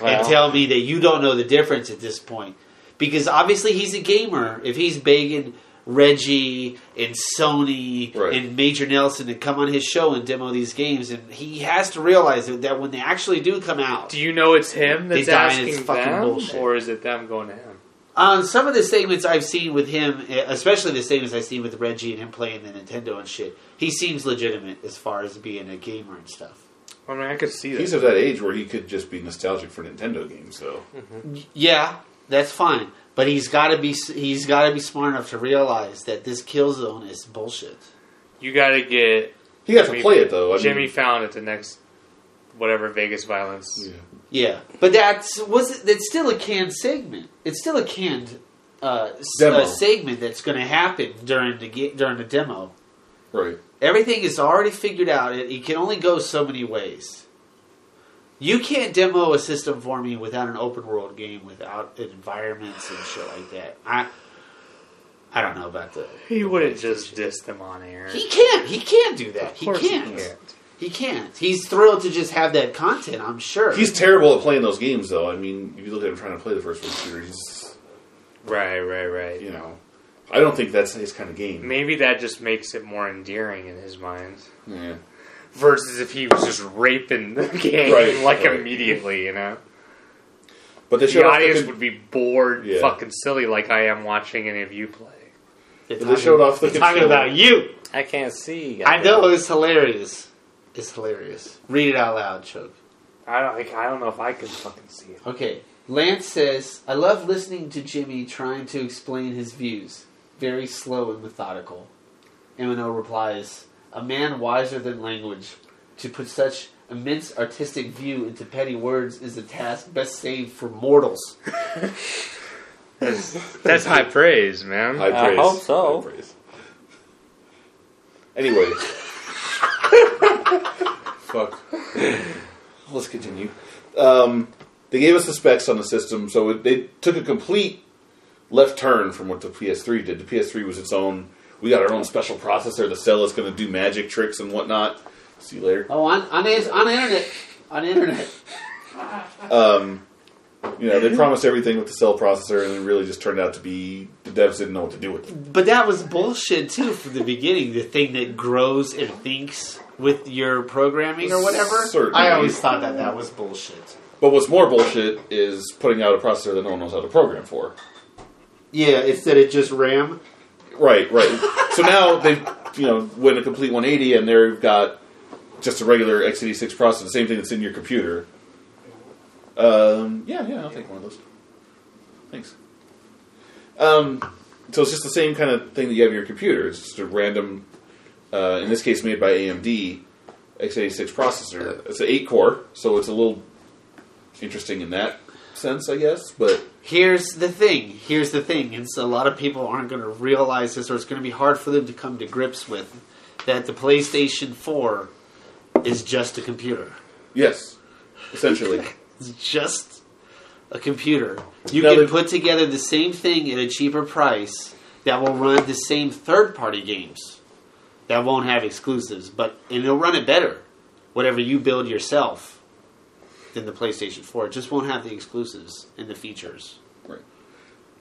B: Well,
C: tell me that you don't know the difference at this point because obviously he's a gamer. If he's begging Reggie and Sony
A: Right.
C: and Major Nelson to come on his show and demo these games, and he has to realize that, that when they actually do come out,
D: Do you know it's him that's
C: He's dying, it's
D: asking
C: fucking
D: them,
C: bullshit.
D: or is it them going to him?
C: On some of the statements I've seen with him, eh, especially the statements I've seen with Reggie and him playing the Nintendo and shit, he seems legitimate as far as being a gamer and stuff.
D: I mean, I could see that.
A: He's of that age where he could just be nostalgic for Nintendo games, though.
C: Y- Yeah, that's fine, but he's got to be he's got to be smart enough to realize that this kill zone is bullshit.
D: you got to get
A: He got to
D: Jimmy-
A: play it though. I mean-
D: Jimmy Fallon at the next whatever Vegas violence.
A: Yeah.
C: Yeah, but that's was it, that's still a canned segment. It's still a canned uh, s-
A: Demo.
C: uh, segment that's going to happen during the ge- during the demo.
A: Right.
C: Everything is already figured out. It, it can only go so many ways. You can't demo a system for me without an open world game, without environments and shit like that. I, I don't know about that.
D: He wouldn't just diss them on air.
C: He can't. He can't do that.
D: Of
C: He
D: course
C: can't. He can't. He's thrilled to just have that content. I'm sure.
A: He's terrible at playing those games, though. I mean, if you look at him trying to play the first one series,
D: Right, right, right.
A: you know, I don't think that's his kind of game.
D: Maybe that just makes it more endearing in his mind.
A: Yeah.
D: Versus if he was just raping the game
A: Right,
D: like
A: right.
D: immediately, you know,
A: But they showed
D: the
A: off the
D: audience
A: con-
D: would be bored,
A: Yeah.
D: fucking silly, like I am watching any of you play.
C: They're
A: they showed off the
C: they're talking
A: controller.
C: about you.
B: I can't see.
C: I know it's hilarious. It's hilarious. Read it out loud, choke.
D: I don't like. I don't know if I could fucking see it.
C: Okay. Lance says, I love listening to Jimmy trying to explain his views. Very slow and methodical. MNO replies, A man wiser than language. To put such immense artistic view into petty words is a task best saved for mortals.
D: That's high praise, man.
A: High
B: I
A: praise.
B: hope so.
A: High praise. Anyway. Fuck. Let's continue. Um, they gave us the specs on the system, so it, they took a complete left turn from what the PS3 did. The PS3 was its own. We got our own special processor. The cell is going to do magic tricks and whatnot. See you later.
C: Oh, on, on, the- on the internet. On the internet.
A: Um, you know,
B: Mm-hmm.
A: they promised everything with the cell processor, and it really just turned out to be the devs didn't know what to do with it.
C: But that was bullshit, too, from the beginning. The thing that grows and thinks with your programming or whatever.
A: Certainly.
C: I always thought that that was bullshit.
A: But what's more bullshit is putting out a processor that no one knows how to program for.
C: Yeah, instead of just RAM.
A: Right, right. so now they, you know, went a complete 180, and they've got just a regular x86 processor, the same thing that's in your computer, Um, yeah, yeah, I'll take one of those. Thanks. Um, so it's just the same kind of thing that you have in your computer. It's just a random, uh, in this case, made by AMD x86 processor. It's an eight core, so it's a little interesting in that sense, I guess. But
C: Here's the thing. Here's the thing. It's a lot of people aren't going to realize this, or it's going to be hard for them to come to grips with that the PlayStation 4 is just a computer.
A: yes, essentially,
C: It's just a computer. You
A: Now
C: can
A: they-
C: put together the same thing at a cheaper price that will run the same third party games that won't have exclusives, but and it'll run it better, whatever you build yourself, than the PlayStation 4. It just won't have the exclusives and the features.
A: right.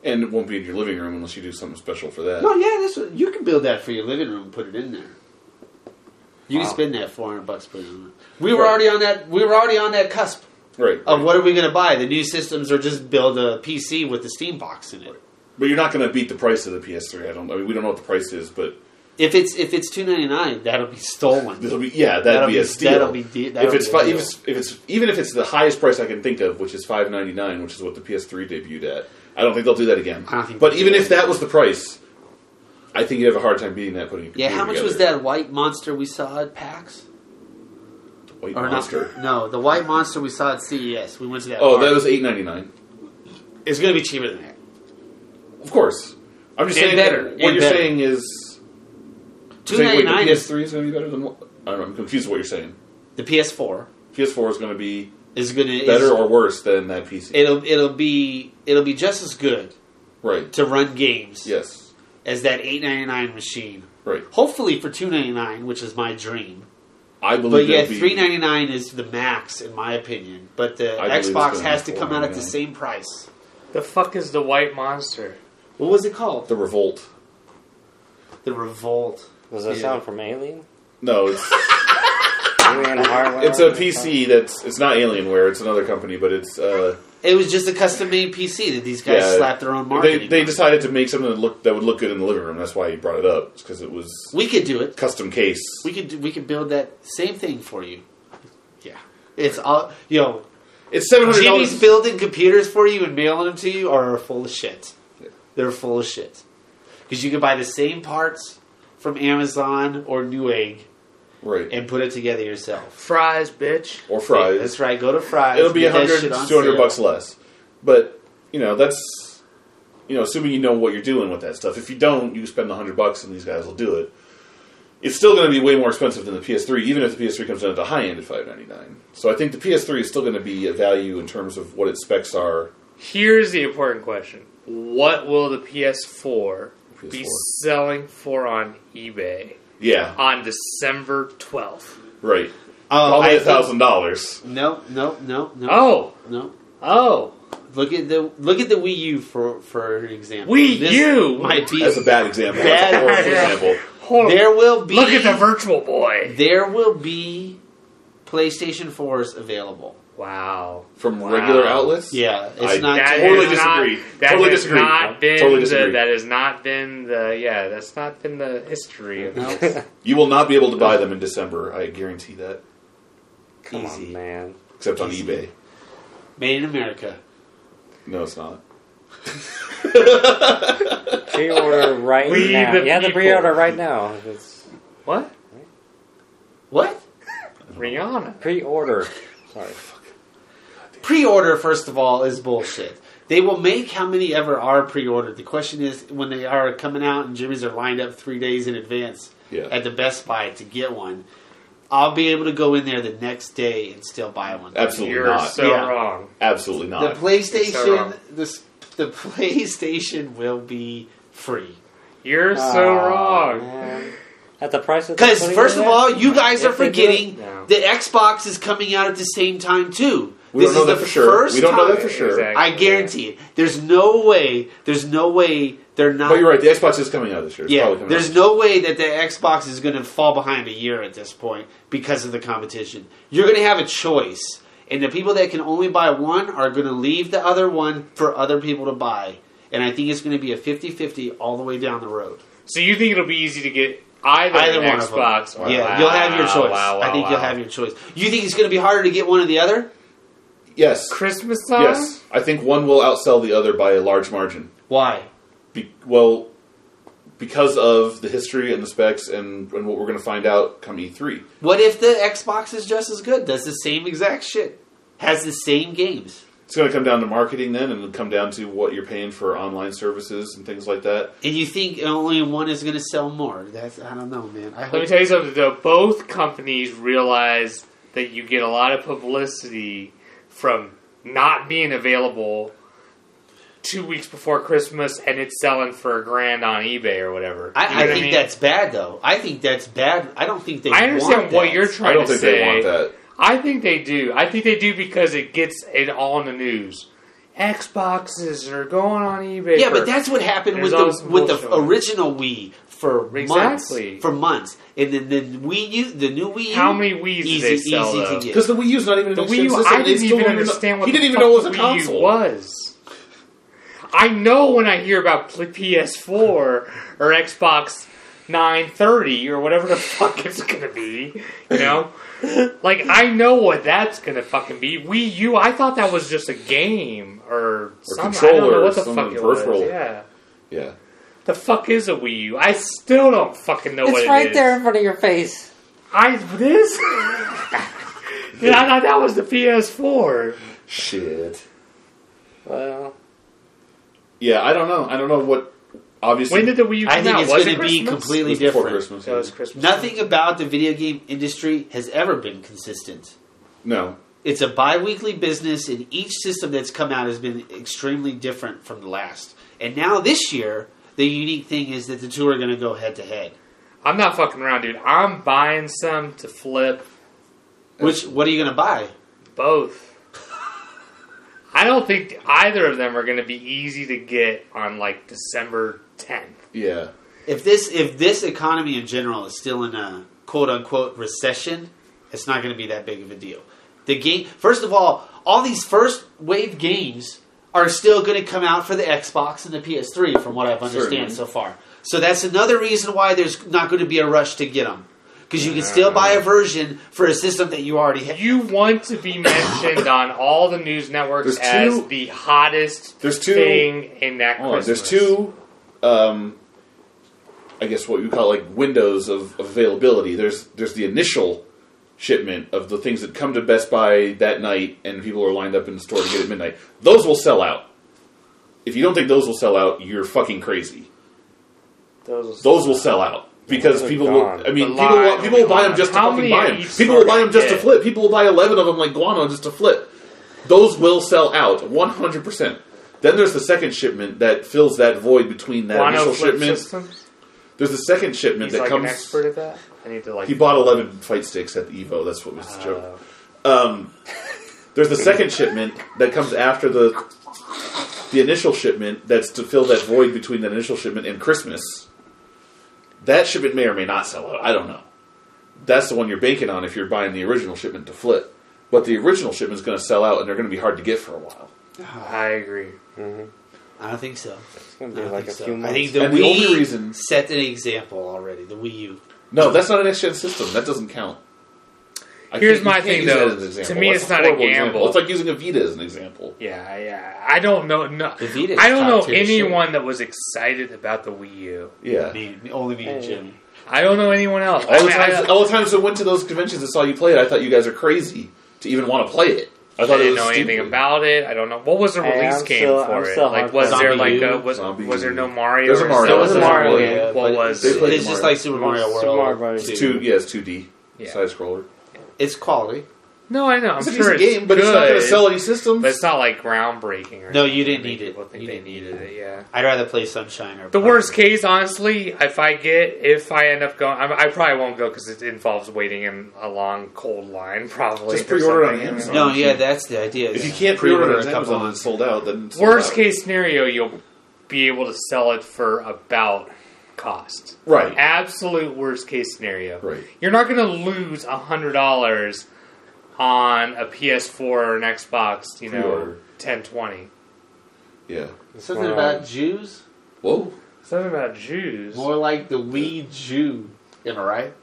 A: And it won't be in your living room unless you do something special for that.
C: No, yeah, that's what, you can build that for your living room and put it in there. You
B: Wow.
C: can spend that four hundred bucks putting it on. it. We were
A: Right.
C: already on that. We were already on that cusp
A: Right.
C: of what are we going to buy? The new systems, or just build a PC with the Steam box in it.
A: But you're not going to beat the price of the PS3. I don't. I mean, we don't know what the price is, but
C: If it's if it's two ninety nine, that'll be stolen.
A: This'll be, yeah, that'd
C: That'll
A: be,
C: be-
A: a steal.
C: that'll be de- that'll
A: if it's
C: be a
A: fi- if
C: deal.
A: it's if it's even if it's the highest price I can think of, which is five ninety nine, which is what the PS3 debuted at. I don't think they'll do that again.
C: I don't think
A: but
C: they'll
A: even
C: do
A: if that was the price, I think you'd have a hard time beating that. Putting your
C: Yeah, how much
A: computer
C: was
A: together.
C: that white monster we saw at PAX?
A: White
C: Or
A: Monster.
C: not? No, the white monster we saw at CES. We went to that.
A: Oh, that
C: party.
A: was eight ninety nine.
C: It's going to be cheaper than that.
A: Of course. I'm just
C: And
A: saying.
C: better.
A: What
C: And
A: you're
C: better.
A: saying is
C: Two
A: saying,
C: ninety
A: wait,
C: nine.
A: The PS3 is going to be better than. what? I don't know, I'm confused. With what you're saying?
C: The PS four
A: PS4 is going to be
C: is going to
A: better or worse than that PC?
C: It'll it'll be it'll be just as good
A: right.
C: to run games
A: Yes.
C: as that eight ninety nine machine.
A: Right.
C: Hopefully for two ninety nine, which is my dream.
A: I believe.
C: But yeah,
A: it'll be-
C: three ninety nine is the max in my opinion. But the
A: I believe it's
C: Xbox
A: gonna
C: has
A: be
C: to come out at the
A: $4.99.
C: same price.
D: The fuck is the white monster?
C: What was it called? The,
A: The revolt.
C: Revolt.
B: Was that
C: Yeah.
B: sound from Alien?
A: No, it's.
D: Ah!
B: Alien hardware.
A: It's a PC that's it's not Alienware. It's another company, but it's uh,
C: It was just a custom made PC that these guys
A: Yeah.
C: slapped their own
A: they
C: marketing.
A: they
C: on.
A: decided to make something that looked that would look good in the living room. That's why he brought it up because it was
C: we could do it.
A: custom case.
C: We could do- we could build that same thing for you. Yeah, it's all yo.
A: It's seven hundred
C: Jimmy's
A: dollars.
C: building computers for you and mailing them to you are full of shit. They're full of shit. Because you can buy the same parts from Amazon or Newegg
A: Right
C: and put it together yourself.
D: Fries, bitch.
A: or fries.
C: That's right. Go to Fry's.
A: It'll be
C: get that
A: 100
C: shit on
A: 200
C: sale.
A: bucks less, but you know that's you know assuming you know what you're doing with that stuff. If you don't, you spend the hundred bucks and these guys will do it. It's still going to be way more expensive than the PS3, even if the PS3 comes in at the high end at five ninety nine. So I think the PS3 is still going to be a value in terms of what its specs are.
D: Here's the important question: What will the PS4, be
A: PS4.
D: selling for on eBay
A: Yeah,
D: on December twelfth?
A: Right.
C: Oh,
A: Probably
C: I
A: a
C: think-
A: thousand dollars.
C: No, no, no, no,
D: Oh,
C: no.
D: oh,
C: Look at the look at the Wii U for for an example.
D: Wii U?
C: might be.
A: That's a bad example. That's
C: Bad
A: a horrible
D: idea.
A: example.
D: hold on.
C: There will be
D: Look at the Virtual Boy.
C: There will be PlayStation 4s available.
D: Wow.
A: From
D: Wow.
A: regular outlets?
C: Yeah, it's
A: I-
C: not
D: That
A: totally
D: has
A: disagree.
D: Not, that
A: Totally
D: has
A: disagree.
D: Not been
A: Totally
D: The,
A: disagree.
D: that has not been the yeah. That's not been the history of
C: No.
A: You will not be able to buy them in December. I guarantee that.
B: Come
C: Easy.
B: on, man.
A: Except on
C: Easy.
A: eBay.
C: Made in America.
A: No, it's not.
B: Pre-order right
D: We
B: now.
D: the
B: yeah, the
D: people.
B: pre-order right now. It's
D: what
C: What?
D: Rihanna.
B: pre-order. Sorry.
C: Pre-order, first of all, is bullshit. They will make how many ever are pre-ordered. The question is when they are coming out and Jimmy's are lined up three days in advance
A: Yeah.
C: at the Best Buy to get one. I'll be able to go in there the next day and still buy one.
A: Absolutely
D: You're
A: not.
D: so
C: Yeah.
D: wrong.
A: Absolutely
C: The
A: not.
C: PlayStation,
D: wrong.
C: this the PlayStation will be free.
D: You're so
B: Aw,
D: wrong.
B: man. At the price of
C: Because first of all, you guys are
B: If they do it
C: forgetting
D: now.
C: the Xbox is coming out at the same time too.
A: we don't
C: this
A: know
C: is
A: that
C: the
A: for sure.
C: first
A: We don't know that
C: time-
A: for sure.
D: Exactly.
C: I guarantee it. There's no way. There's no way they're not.
A: But you're right. The Xbox is coming out this year. It's
C: Yeah,
A: probably coming
C: there's
A: out.
C: no way that the Xbox is going to fall behind a year at this point because of the competition. You're going to have a choice, and the people that can only buy one are going to leave the other one for other people to buy. And I think it's going to be a 50-50 all the way down the road.
D: So you think it'll be easy to get either,
C: Either
D: an
C: one of them.
D: Xbox or
C: Yeah,
D: wow,
C: you'll have your choice.
D: wow, wow,
C: I think you'll
D: wow.
C: have your choice. You think it's going to be harder to get one or the other?
A: Yes,
D: Christmas song?
A: yes. I think one will outsell the other by a large margin.
C: Why?
A: Be- well, because of the history and the specs and, and what we're going to find out come E E3.
C: What if the Xbox is just as good? Does the same exact shit? Has the same games?
A: It's going to come down to marketing then, and it'll come down to what you're paying for online services and things like that.
C: And you think only one is going to sell more? That's I don't know, man. I
D: Let me
C: hope
D: tell you something though. Both companies realize that you get a lot of publicity from not being available two weeks before Christmas and it's selling for a grand on eBay or whatever. You know
C: I, I
D: what
C: think
D: mean?
C: that's bad, though. I think that's bad. I don't think they.
D: I understand
C: want
D: what
C: that.
D: you're
A: I
D: trying
A: don't
D: to
A: think
D: say.
A: they want that.
D: I think they do. I think they do because it gets it all in the news. Xboxes are going on eBay.
C: Yeah,
D: for-
C: but that's what happened with
D: There's always
C: the
D: some
C: with the
D: bullshit.
C: original Wii for
D: Exactly.
C: months, for months, and then the Wii U, the new Wii U.
D: how many Wii's
C: easy,
D: did they sell?
C: easy
D: though?
C: to get?
A: Because the Wii U's not even an
D: The Wii
A: extension
D: U,
A: system. They
D: I didn't
A: still
D: even
A: don't
D: understand what
A: He
D: the
A: didn't even
D: fuck
A: know it was a
D: Wii
A: console.
D: U was. I know when I hear about pl- PS4 or Xbox 930 or whatever the fuck it's gonna be, you know, like I know what that's gonna fucking be. Wii U, I thought that was just a game or, some I don't
A: controller
D: know
A: or
D: what the
A: some
D: fuck it
A: peripheral.
D: was. Yeah,
A: Yeah.
D: the fuck is a Wii U? I still don't fucking know what
B: It's
D: it
B: right
D: is.
B: there in front of your face.
D: I this. Dude, I thought that was the PS4.
A: Shit.
B: Well,
A: Yeah, I don't know. I don't know what. Obviously,
D: When did the Wii U come
C: I think
D: out?
C: it's
D: was
C: going
D: it
C: to be
D: Christmas?
A: it
C: completely
A: was before
C: different.
A: Christmas?
D: That was Christmas.
C: Nothing about the video game industry has ever been consistent.
A: No,
C: It's a bi-weekly business, and each system that's come out has been extremely different from the last. And now this year, the unique thing is that the two are going to go head to head.
D: I'm not fucking around, dude. I'm buying some to flip
C: Which what are you going to buy?
D: both. I don't think either of them are going to be easy to get on like December 10th.
A: yeah,
C: If this if this economy in general is still in a quote unquote recession, it's not going to be that big of a deal. The game, first of all, all these first wave games are still going to come out for the Xbox and the PS3, from what I've understand
A: Certainly.
C: so far. So that's another reason why there's not going to be a rush to get them because you can still buy a version for a system that you already have.
D: You want to be mentioned on all the news networks
A: There's
D: as
A: two-
D: the hottest
A: there's two-
D: thing in that
A: Hold on.
D: Christmas.
A: There's two, um, I guess what you call like windows of, of availability. There's there's the initial shipment of the things that come to Best Buy that night, and people are lined up in the store to get it at midnight. Those will sell out. If you don't think those will sell out, you're fucking crazy.
B: those.
A: Those will sell out because
B: They're
A: people
B: gone.
A: will. I mean,
D: The
A: people will,
D: line
A: people will
D: will be
A: buy them
D: gone.
A: just to
D: How
A: fucking
D: many
A: buy
D: of
A: them.
D: each
A: People will buy
D: sort
A: them just to
D: did?
A: flip. People will buy eleven of them like guano just to flip. Those will sell out one hundred percent. Then there's the second shipment that fills that void between that
D: Guano
A: initial
D: flip
A: shipment.
D: systems.
A: There's the second shipment
D: He's
A: that
D: like an
A: comes.
D: expert at that. I need to like.
A: He bought eleven fight sticks at the Evo. That's what was the joke. Um, there's the second shipment that comes after the the initial shipment. That's to fill that void between that initial shipment and Christmas. That shipment may or may not sell out. I don't know. That's the one you're banking on if you're buying the original shipment to flip. But the original shipment's going to sell out, and they're going to be hard to get for a while.
D: I agree.
C: I don't think so.
B: It's gonna
C: I
B: be
C: don't
B: like a
C: think so.
B: few months.
C: I think the
A: And
C: Wii
A: the only reason-
C: set an example already. The Wii U.
A: No, that's not an next gen system. That doesn't count. I
D: Here's
A: can't-
D: my
A: you can't
D: thing,
A: use that
D: though.
A: as an example.
D: To me,
A: That's
D: it's not a
A: horrible
D: gamble.
A: example. It's like using a Vita as an example.
D: Yeah, yeah. I don't know. No,
C: The Vita's
D: I don't
C: top
D: know
C: tier shit.
D: anyone that was excited about the Wii U.
A: Yeah.
C: Me, only me and
B: Hey.
C: Jimmy.
D: I don't know anyone else. I
A: All the
D: mean, I-
A: times, all the times I went to those conventions and saw you play it, I thought you guys are crazy to even want to play it. I
D: I
A: thought it
D: didn't
A: was
D: know anything
A: stupid.
D: about it. I don't know what was the
B: Hey,
D: release
B: I'm
D: game
B: still-
D: for
B: I'm
D: it.
B: still
D: Like,
B: hardcore.
D: was there
C: Zombie
D: like
C: U.
D: a was,
A: Zombie
D: was there
A: U.
D: no Mario?
A: There's a
D: or
A: Mario.
D: something?
A: There was a Mario
D: What
C: game, but
D: was?
A: they
D: it?
A: played
C: It's just
A: Mario.
C: like Super Mario World.
B: Super Mario Brothers.
A: It's two, yeah, it's two D
D: Yeah.
A: side scroller.
C: It's quality.
D: No, I know. I'm
A: It's a
D: sure
A: decent
D: it's
A: game, but
D: good,
A: it's not going to sell any systems.
D: But it's not like groundbreaking. Or
C: No, you
D: anything.
C: didn't need it.
D: People think
C: You
D: they
C: didn't need
D: needed it. Yeah.
C: I'd rather play Sunshine or
D: The worst case, honestly, if I get, if I end up going, I, I probably won't go because it involves waiting in a long cold line. Probably
A: Just
D: or
A: pre-order it on
D: something.
A: Amazon.
C: No, yeah, that's the idea.
A: If
C: yeah.
A: you can't pre-order it
C: a
A: on
C: couple
A: Amazon and it's sold out, then it's sold
D: Worst
A: out.
D: case scenario, you'll be able to sell it for about cost.
A: right?
D: Absolute worst case scenario.
A: Right.
D: You're not going to lose a hundred dollars on a PS4 or an Xbox. You know,
A: Pre-order.
D: ten twenty.
A: Yeah.
C: Something
B: Wow.
C: about Jews?
A: Whoa.
D: Something about Jews.
C: More like the Wee Jew. Am I right?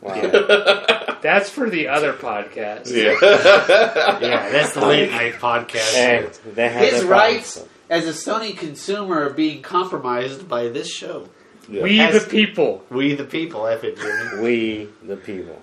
B: Wow.
D: That's for the other podcast.
A: Yeah.
C: Yeah, that's the late night podcast.
B: Hey, they have
C: His
B: their
C: rights
B: problems.
C: as a Sony consumer are being compromised by this show.
A: Yeah.
D: We
C: As-
D: the people.
C: We the people, F it, Jimmy.
B: We the people.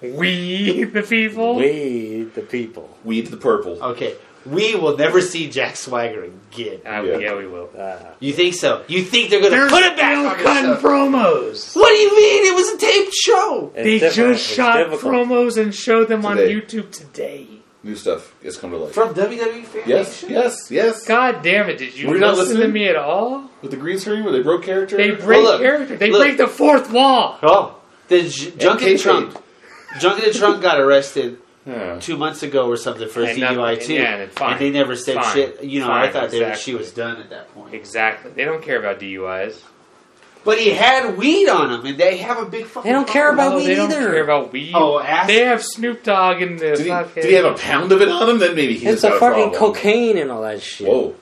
D: We the people.
B: We the people.
A: Weed the purple.
D: Oh.
C: Okay, we will never see Jack Swagger again.
D: Ah,
A: Yeah.
D: yeah. we will.
B: Uh,
C: You think so? You think they're gonna
D: There's
C: put it back
D: still
C: on the
D: cutting
C: show?
D: promos.
C: What do you mean? It was a taped show.
B: it's
D: They
B: difficult.
D: just
B: It's
D: shot
B: difficult.
D: promos and showed them
A: Today.
D: on YouTube today.
A: New stuff has come to light.
C: From WWE Fan
A: yes,
C: Nation?
A: yes, yes.
D: God damn it! Did you
A: We're not
D: listen to
A: listening?
D: me at all?
A: With the green screen where they broke character. Oh,
D: They break
C: Well, look,
D: character. They
C: look.
D: break the fourth wall.
C: Oh, the J- Junkin
A: kayfabe.
C: Trump. Junkin Trump got arrested
A: yeah.
C: two months ago or something for
D: And nothing-
C: DUI too,
D: yeah, and fine.
C: and they never said
D: Fine.
C: shit. You know, I
D: Fine,
C: thought that
D: exactly.
C: she was done at that point.
D: Exactly. They don't care about DUIs.
C: But he had weed on him, and they have a big fucking.
B: They don't care
C: problem.
B: about
D: no,
B: weed
D: Oh, they don't
B: either.
D: care about weed.
C: Oh, ass.
D: they have Snoop Dogg in the
A: Did he,
D: fucking.
A: did he have a pound of it on him? Then maybe he's
B: It's
A: got
B: a fucking
A: problem.
B: cocaine and all that shit.
A: Whoa,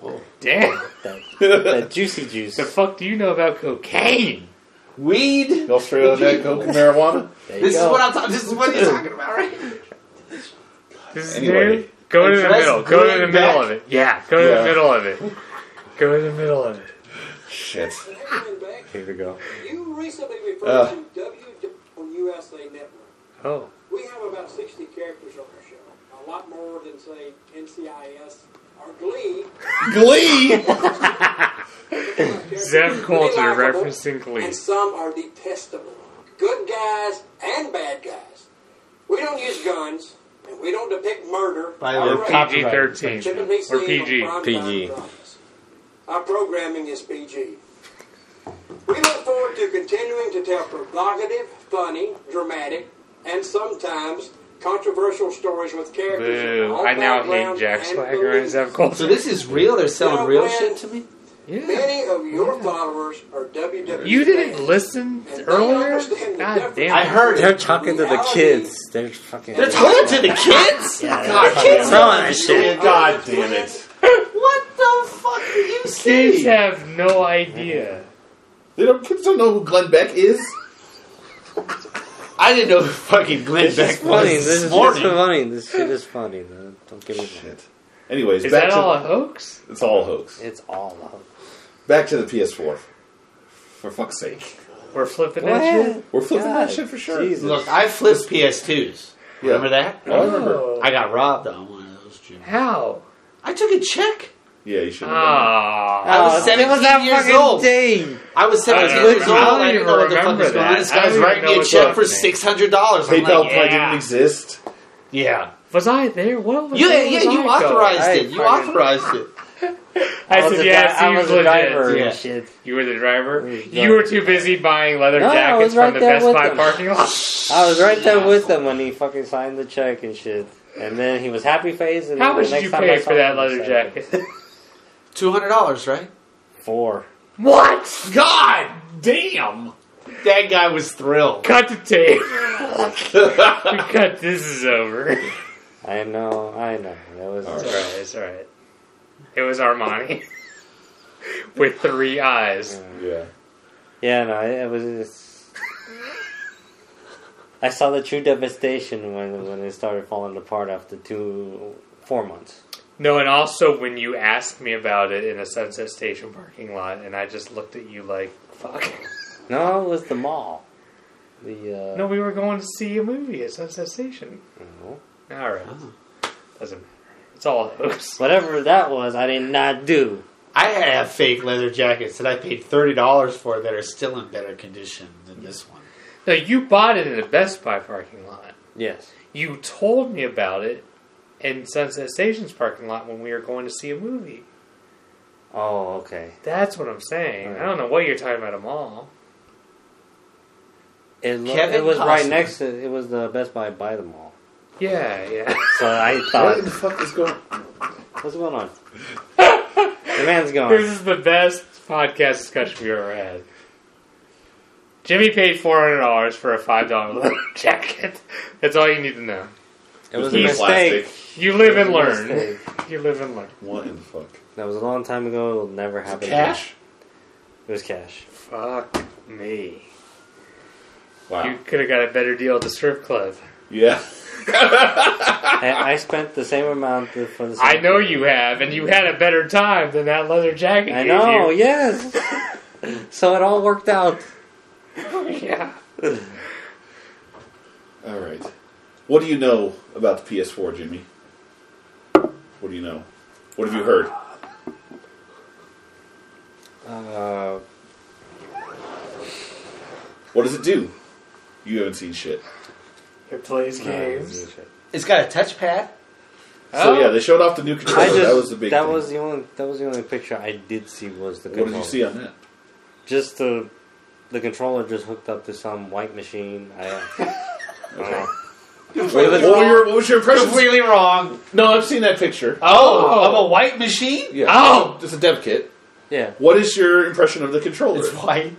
A: whoa.
D: damn?
B: That, that juicy juice.
D: The fuck do you know about cocaine?
C: weed.
A: You all straight out of that coke and marijuana?
B: There you
C: This is
B: go.
C: what I'm talking. This is what you're talking about, right?
D: This is
A: Anyway.
D: new. Go to the
C: Address
D: middle. Go to the
C: going
D: middle
C: back.
D: of it. Yeah. Go to
A: Yeah.
D: the middle of it. Go to the middle of it.
A: Shit.
E: Coming back,
B: Here we go.
E: you recently referred
A: Uh.
E: to W on USA Network.
D: Oh.
E: We have about 60 characters on our show, a lot more than say NCIS or Glee.
A: Glee!
D: Zev Coulter
E: Many likable,
D: referencing Glee.
E: And some are detestable. Good guys and bad guys. We don't use guns, and we don't depict murder.
C: By the way,
E: or
C: We're
E: rape.
C: cop-
D: PG
E: Typically
D: thirteen
E: seen
D: or
E: on
D: PG.
E: primetime
B: PG.
E: dramas. uh, Our programming is PG. We look forward to continuing to tell provocative, funny, dramatic, and sometimes controversial stories with characters. of
D: Boo!
E: all
D: I now hate
E: backgrounds
D: Jack
E: and
D: Swagger and
E: beliefs.
D: Zev Coulter.
C: So this is real. They're selling
E: Yeah,
C: real
E: man.
C: shit to me.
D: Yeah.
E: Many of your followers are WWE.
D: You
E: fans.
D: didn't listen
E: And they
D: earlier?
E: understand the
D: God
E: difference.
D: damn.
C: I heard
B: They're
C: it.
B: talking to the kids. They're fucking.
C: They're talking to the kids. God,
B: they're
C: kids
B: fucking-
C: are on this shit.
A: God damn it.
C: What the fuck do you
D: Kids
C: see?
D: have no idea.
A: They don't, kids don't know who Glenn Beck is.
C: I didn't know who fucking Glenn
B: This is
C: Beck
B: funny.
C: was
B: This is
C: this
B: just
C: morning.
B: funny. This shit is funny. though. Don't get me wrong.
A: Shit. Anyways,
D: Is
A: back
D: that
A: to
D: all a hoax?
A: it's all a hoax.
B: It's all love.
A: Back to the PS4. For fuck's sake,
D: We're flipping that shit?
A: we're flipping that
B: God,
A: shit for sure.
B: Jesus.
C: Look, I flipped PS2s.
A: Yeah.
C: Remember that?
A: I remember.
D: Oh.
C: I got robbed on one of those. Jim.
D: How?
C: I took a check.
A: Yeah, you should. remember.
D: Ah.
C: I was
B: Oh, it
C: 17
B: was that
C: years
B: fucking
C: old.
B: day.
C: I was 17
D: I don't
C: years old.
D: remember-
C: I didn't know what the fuck was
D: remember
C: going on.
D: that.
C: This
D: I
C: guy's
D: don't
C: writing
D: even
C: me
D: know
C: a
D: what's
C: check for
D: happening.
C: six hundred dollars.
A: PayPal
C: Like,
A: probably
D: yeah.
A: didn't exist.
C: yeah,
D: Was I there? What was
C: you,
D: where was
C: yeah, you
D: I going?
C: authorized
B: I
C: it. You
B: fucking-
C: authorized it.
D: I
B: was
D: said,
B: a
D: yeah,
B: dri- I
D: I
B: was
D: was
B: a driver
D: legit.
B: and
C: Yeah.
B: shit.
D: You were the driver?
B: We-
D: You were too busy buying leather
B: No, I
D: jackets
B: was right
D: from the
B: there
D: Best
B: with
D: Buy
B: them.
D: parking lot.
B: I was right there with him when he fucking signed the check and shit. And then he was happy face. And
D: How
B: then
D: much
B: the
D: did
B: next
D: you
B: time I
D: pay
B: saw
D: for that
B: him,
D: leather
B: I said,
D: jacket?
C: Two hundred dollars, right?
B: Four.
D: what?
C: God damn! That guy was thrilled.
D: Cut the tape. We Cut this is over.
B: I know. I know. That was.
A: All
D: It's alright, it's alright. It was Armani. With three eyes.
A: Yeah.
B: Yeah, no, it it was. Just... I saw the true devastation when when it started falling apart after two, four months.
D: No, and also when you asked me about it in a Sunset Station parking lot, and I just looked at you like, fuck.
B: No, it was the mall. The uh,
D: No, we were going to see a movie at Sunset Station. Alright. Doesn't matter. It's all a hoax.
B: whatever that was, I did not do.
C: I have fake leather jackets that I paid thirty dollars for that are still in better condition than this one.
D: No, you bought it in a Best Buy parking lot.
B: Yes,
D: You told me about it in Sunset Station's parking lot when we were going to see a movie.
B: Oh, okay.
D: That's what I'm saying. I don't know what you're talking about at all.
B: It, lo-
C: Kevin
B: it was right
C: Costner.
B: next to. It was the Best Buy by the mall.
D: Yeah, yeah.
B: So I
A: What the
B: thought,
A: fuck is going?
B: what's going on? the man's
D: This
B: gone.
D: is the best podcast discussion we ever had. Jimmy paid four hundred dollars for a five dollar leather jacket. That's all you need to know.
B: It was a
A: Blue
B: mistake.
A: plastic.
D: You live
B: It was
D: and
B: a
D: learn.
B: mistake.
D: You live and learn.
A: What in the fuck?
B: That was a long time ago. It'll never happen. again.
C: Cash?
B: It was cash.
D: Fuck me.
A: Wow.
D: You could have got a better deal at the strip club.
A: yeah.
B: I, I spent the same amount th- for the. Same
D: I know you have, and you had a better time than that leather jacket.
B: I
D: gave
B: know.
D: you.
B: Yes. so it all worked out.
D: Yeah.
A: All right. What do you know about the PS4, Jimmy? What do you know? What have you heard?
B: Uh,
A: What does it do? You haven't seen shit.
D: It plays games.
C: It's got a touchpad.
A: So yeah, they showed off the new controller.
B: I just,
A: that was the big.
B: That
A: thing.
B: was the only. That was the only picture I did see was the.
A: What did you see
B: controller.
A: on that?
B: Just the, the controller just hooked up to some white machine. I, I don't know.
A: What, what were your, what was your impression?
C: Completely wrong.
A: No, I've seen that picture.
D: Uh,
C: Oh, of a white machine.
A: Yeah.
C: Oh,
A: It's a dev kit.
B: Yeah.
A: What is your impression of the controller?
C: it's
A: It's,
C: white.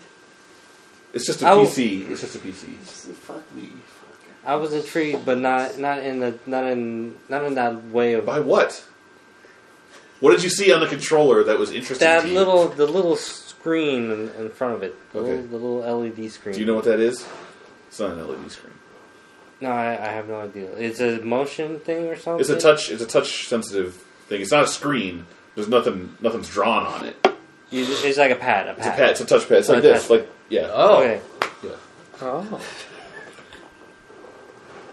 A: just a
B: I will-
A: PC. It's just a PC.
C: Fuck me.
B: I was intrigued, but not not in the not in not in that way of
A: By what? What did you see on the controller that was interesting?
B: that
A: to you?
B: little the little screen in, in front of it. The,
A: Okay.
B: little, the little LED screen.
A: Do you know what that is? It's not an LED screen.
B: No, I, I have no idea. It's a motion thing or something.
A: It's a touch. It's a touch sensitive thing. It's not a screen. There's nothing. Nothing's drawn on it.
B: You just- it's like a pad. A pad.
A: It's a pad. It's a touchpad. It's
B: Oh,
A: like
B: a
A: this.
B: touch-
A: Like yeah.
C: Oh,
B: Okay.
A: Yeah.
D: Oh.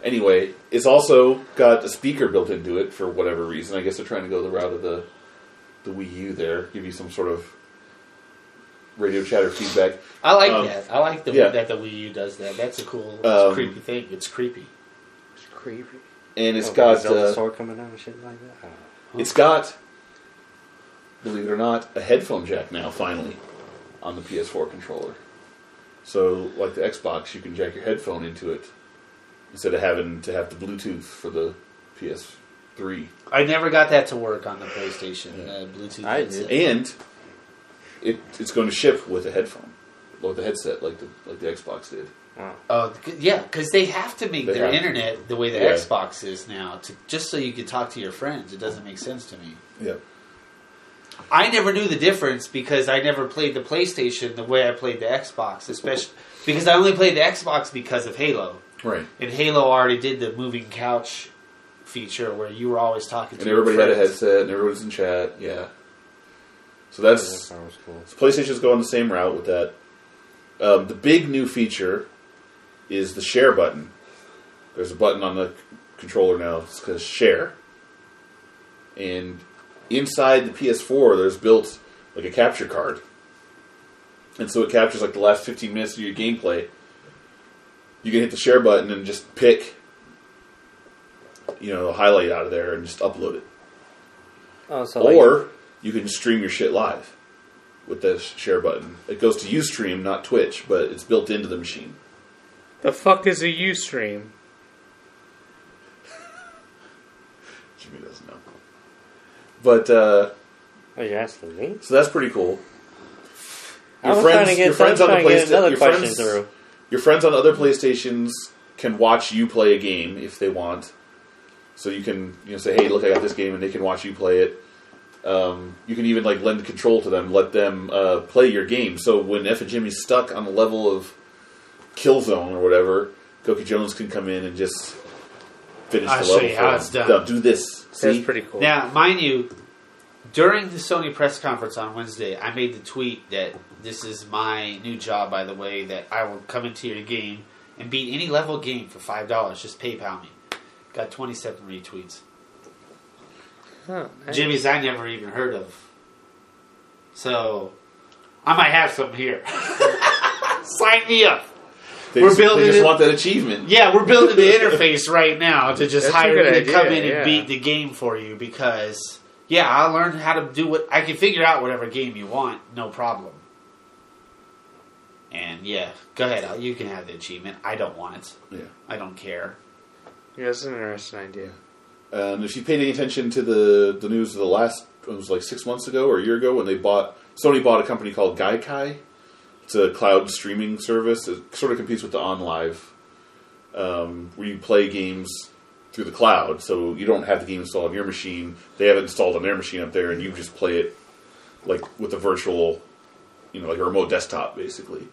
A: Anyway, it's also got a speaker built into it for whatever reason. I guess they're trying to go the route of the the Wii U there, give you some sort of radio chatter feedback.
C: I like
A: Um,
C: that. I like the
A: yeah.
C: that the Wii U does that. That's a cool, it's
A: Um,
C: a creepy thing. It's creepy.
D: It's creepy.
A: And it's
B: Oh,
A: got
B: Zelda
A: uh,
B: sword coming out and shit like that. Oh. I don't know.
A: it's got believe it or not a headphone jack now finally on the PS4 controller. So like the Xbox, you can jack your headphone into it instead of having to have the Bluetooth for the PS3.
C: I never got that to work on the PlayStation uh, Bluetooth.
B: I
C: headset.
A: and it, it's going to ship with a headphone or the headset like the like the Xbox did.
B: Oh.
C: Oh, c- yeah, because they have to make
A: They have
C: their
A: to.
C: internet the way the
A: Yeah.
C: Xbox is now, to, just so you can talk to your friends. It doesn't make sense to me.
A: Yeah,
C: I never knew the difference because I never played the PlayStation the way I played the Xbox, especially because I only played the Xbox because of Halo.
A: right.
C: And Halo already did the moving couch feature where you were always talking to
A: And everybody
C: your
A: had a
C: friends.
A: headset, and everyone was in chat. Yeah. So that's
B: That was cool.
A: PlayStation's going the same route with that. Um, the big new feature is the share button. There's a button on the c- controller now. It's called share. And inside the PS4, there's built like a capture card, and so it captures like the last 15 minutes of your gameplay. You can hit the share button and just pick, you know, the highlight out of there and just upload it
B: Oh, so like,
A: or you can stream your shit live with the sh- share button. It goes to UStream, not Twitch, but it's built into the machine.
D: The fuck is a Ustream?
A: Jimmy doesn't know. But uh,
B: oh, you're asking me.
A: so that's pretty cool.
B: I was trying to get,
A: your friends
B: I
A: on
B: was
A: the
B: trying
A: PlayStation,
B: to get another
A: your
B: question
A: friends,
B: through.
A: your friends on other PlayStations can watch you play a game if they want. So you can you know say, hey, look, I got this game, and they can watch you play it. Um, you can even like lend control to them, let them uh, play your game. So when F and Jimmy's stuck on the level of Killzone or whatever, Goki Jones can come in and just finish
C: I'll
A: the
C: show
A: level.
C: you
A: for
C: how
A: him.
C: it's done.
A: Now, do this.
D: That's
A: See?
D: pretty cool.
C: Now, mind you, during the Sony press conference on Wednesday, I made the tweet that this is my new job, by the way, that I will come into your game and beat any level game for $5. Just PayPal me. Got 27 retweets.
D: Huh, nice.
C: Jimmy's I never even heard of. So, I might have some here. Sign me up.
A: They
C: We're
A: just,
C: building
A: they just
C: it.
A: want that achievement.
C: Yeah, we're building the interface right now to just
D: That's a
C: hire
D: good
C: you to come in
D: idea,
C: and
D: yeah.
C: beat the game for you because yeah, I learned how to do what I can figure out whatever game you want, no problem. And yeah, go ahead, Al, you can have the achievement. I don't want it.
A: Yeah.
C: I don't care.
D: Yeah, that's an interesting idea.
A: And if you paid any attention to the the news of the last, it was like six months ago or a year ago when they bought Sony bought a company called Gaikai. It's a cloud streaming service. It sort of competes with the OnLive, um, where you play games through the cloud. So you don't have the game installed on your machine. They have it installed on their machine up there, and you just play it like with a virtual, you know, like a remote desktop, basically.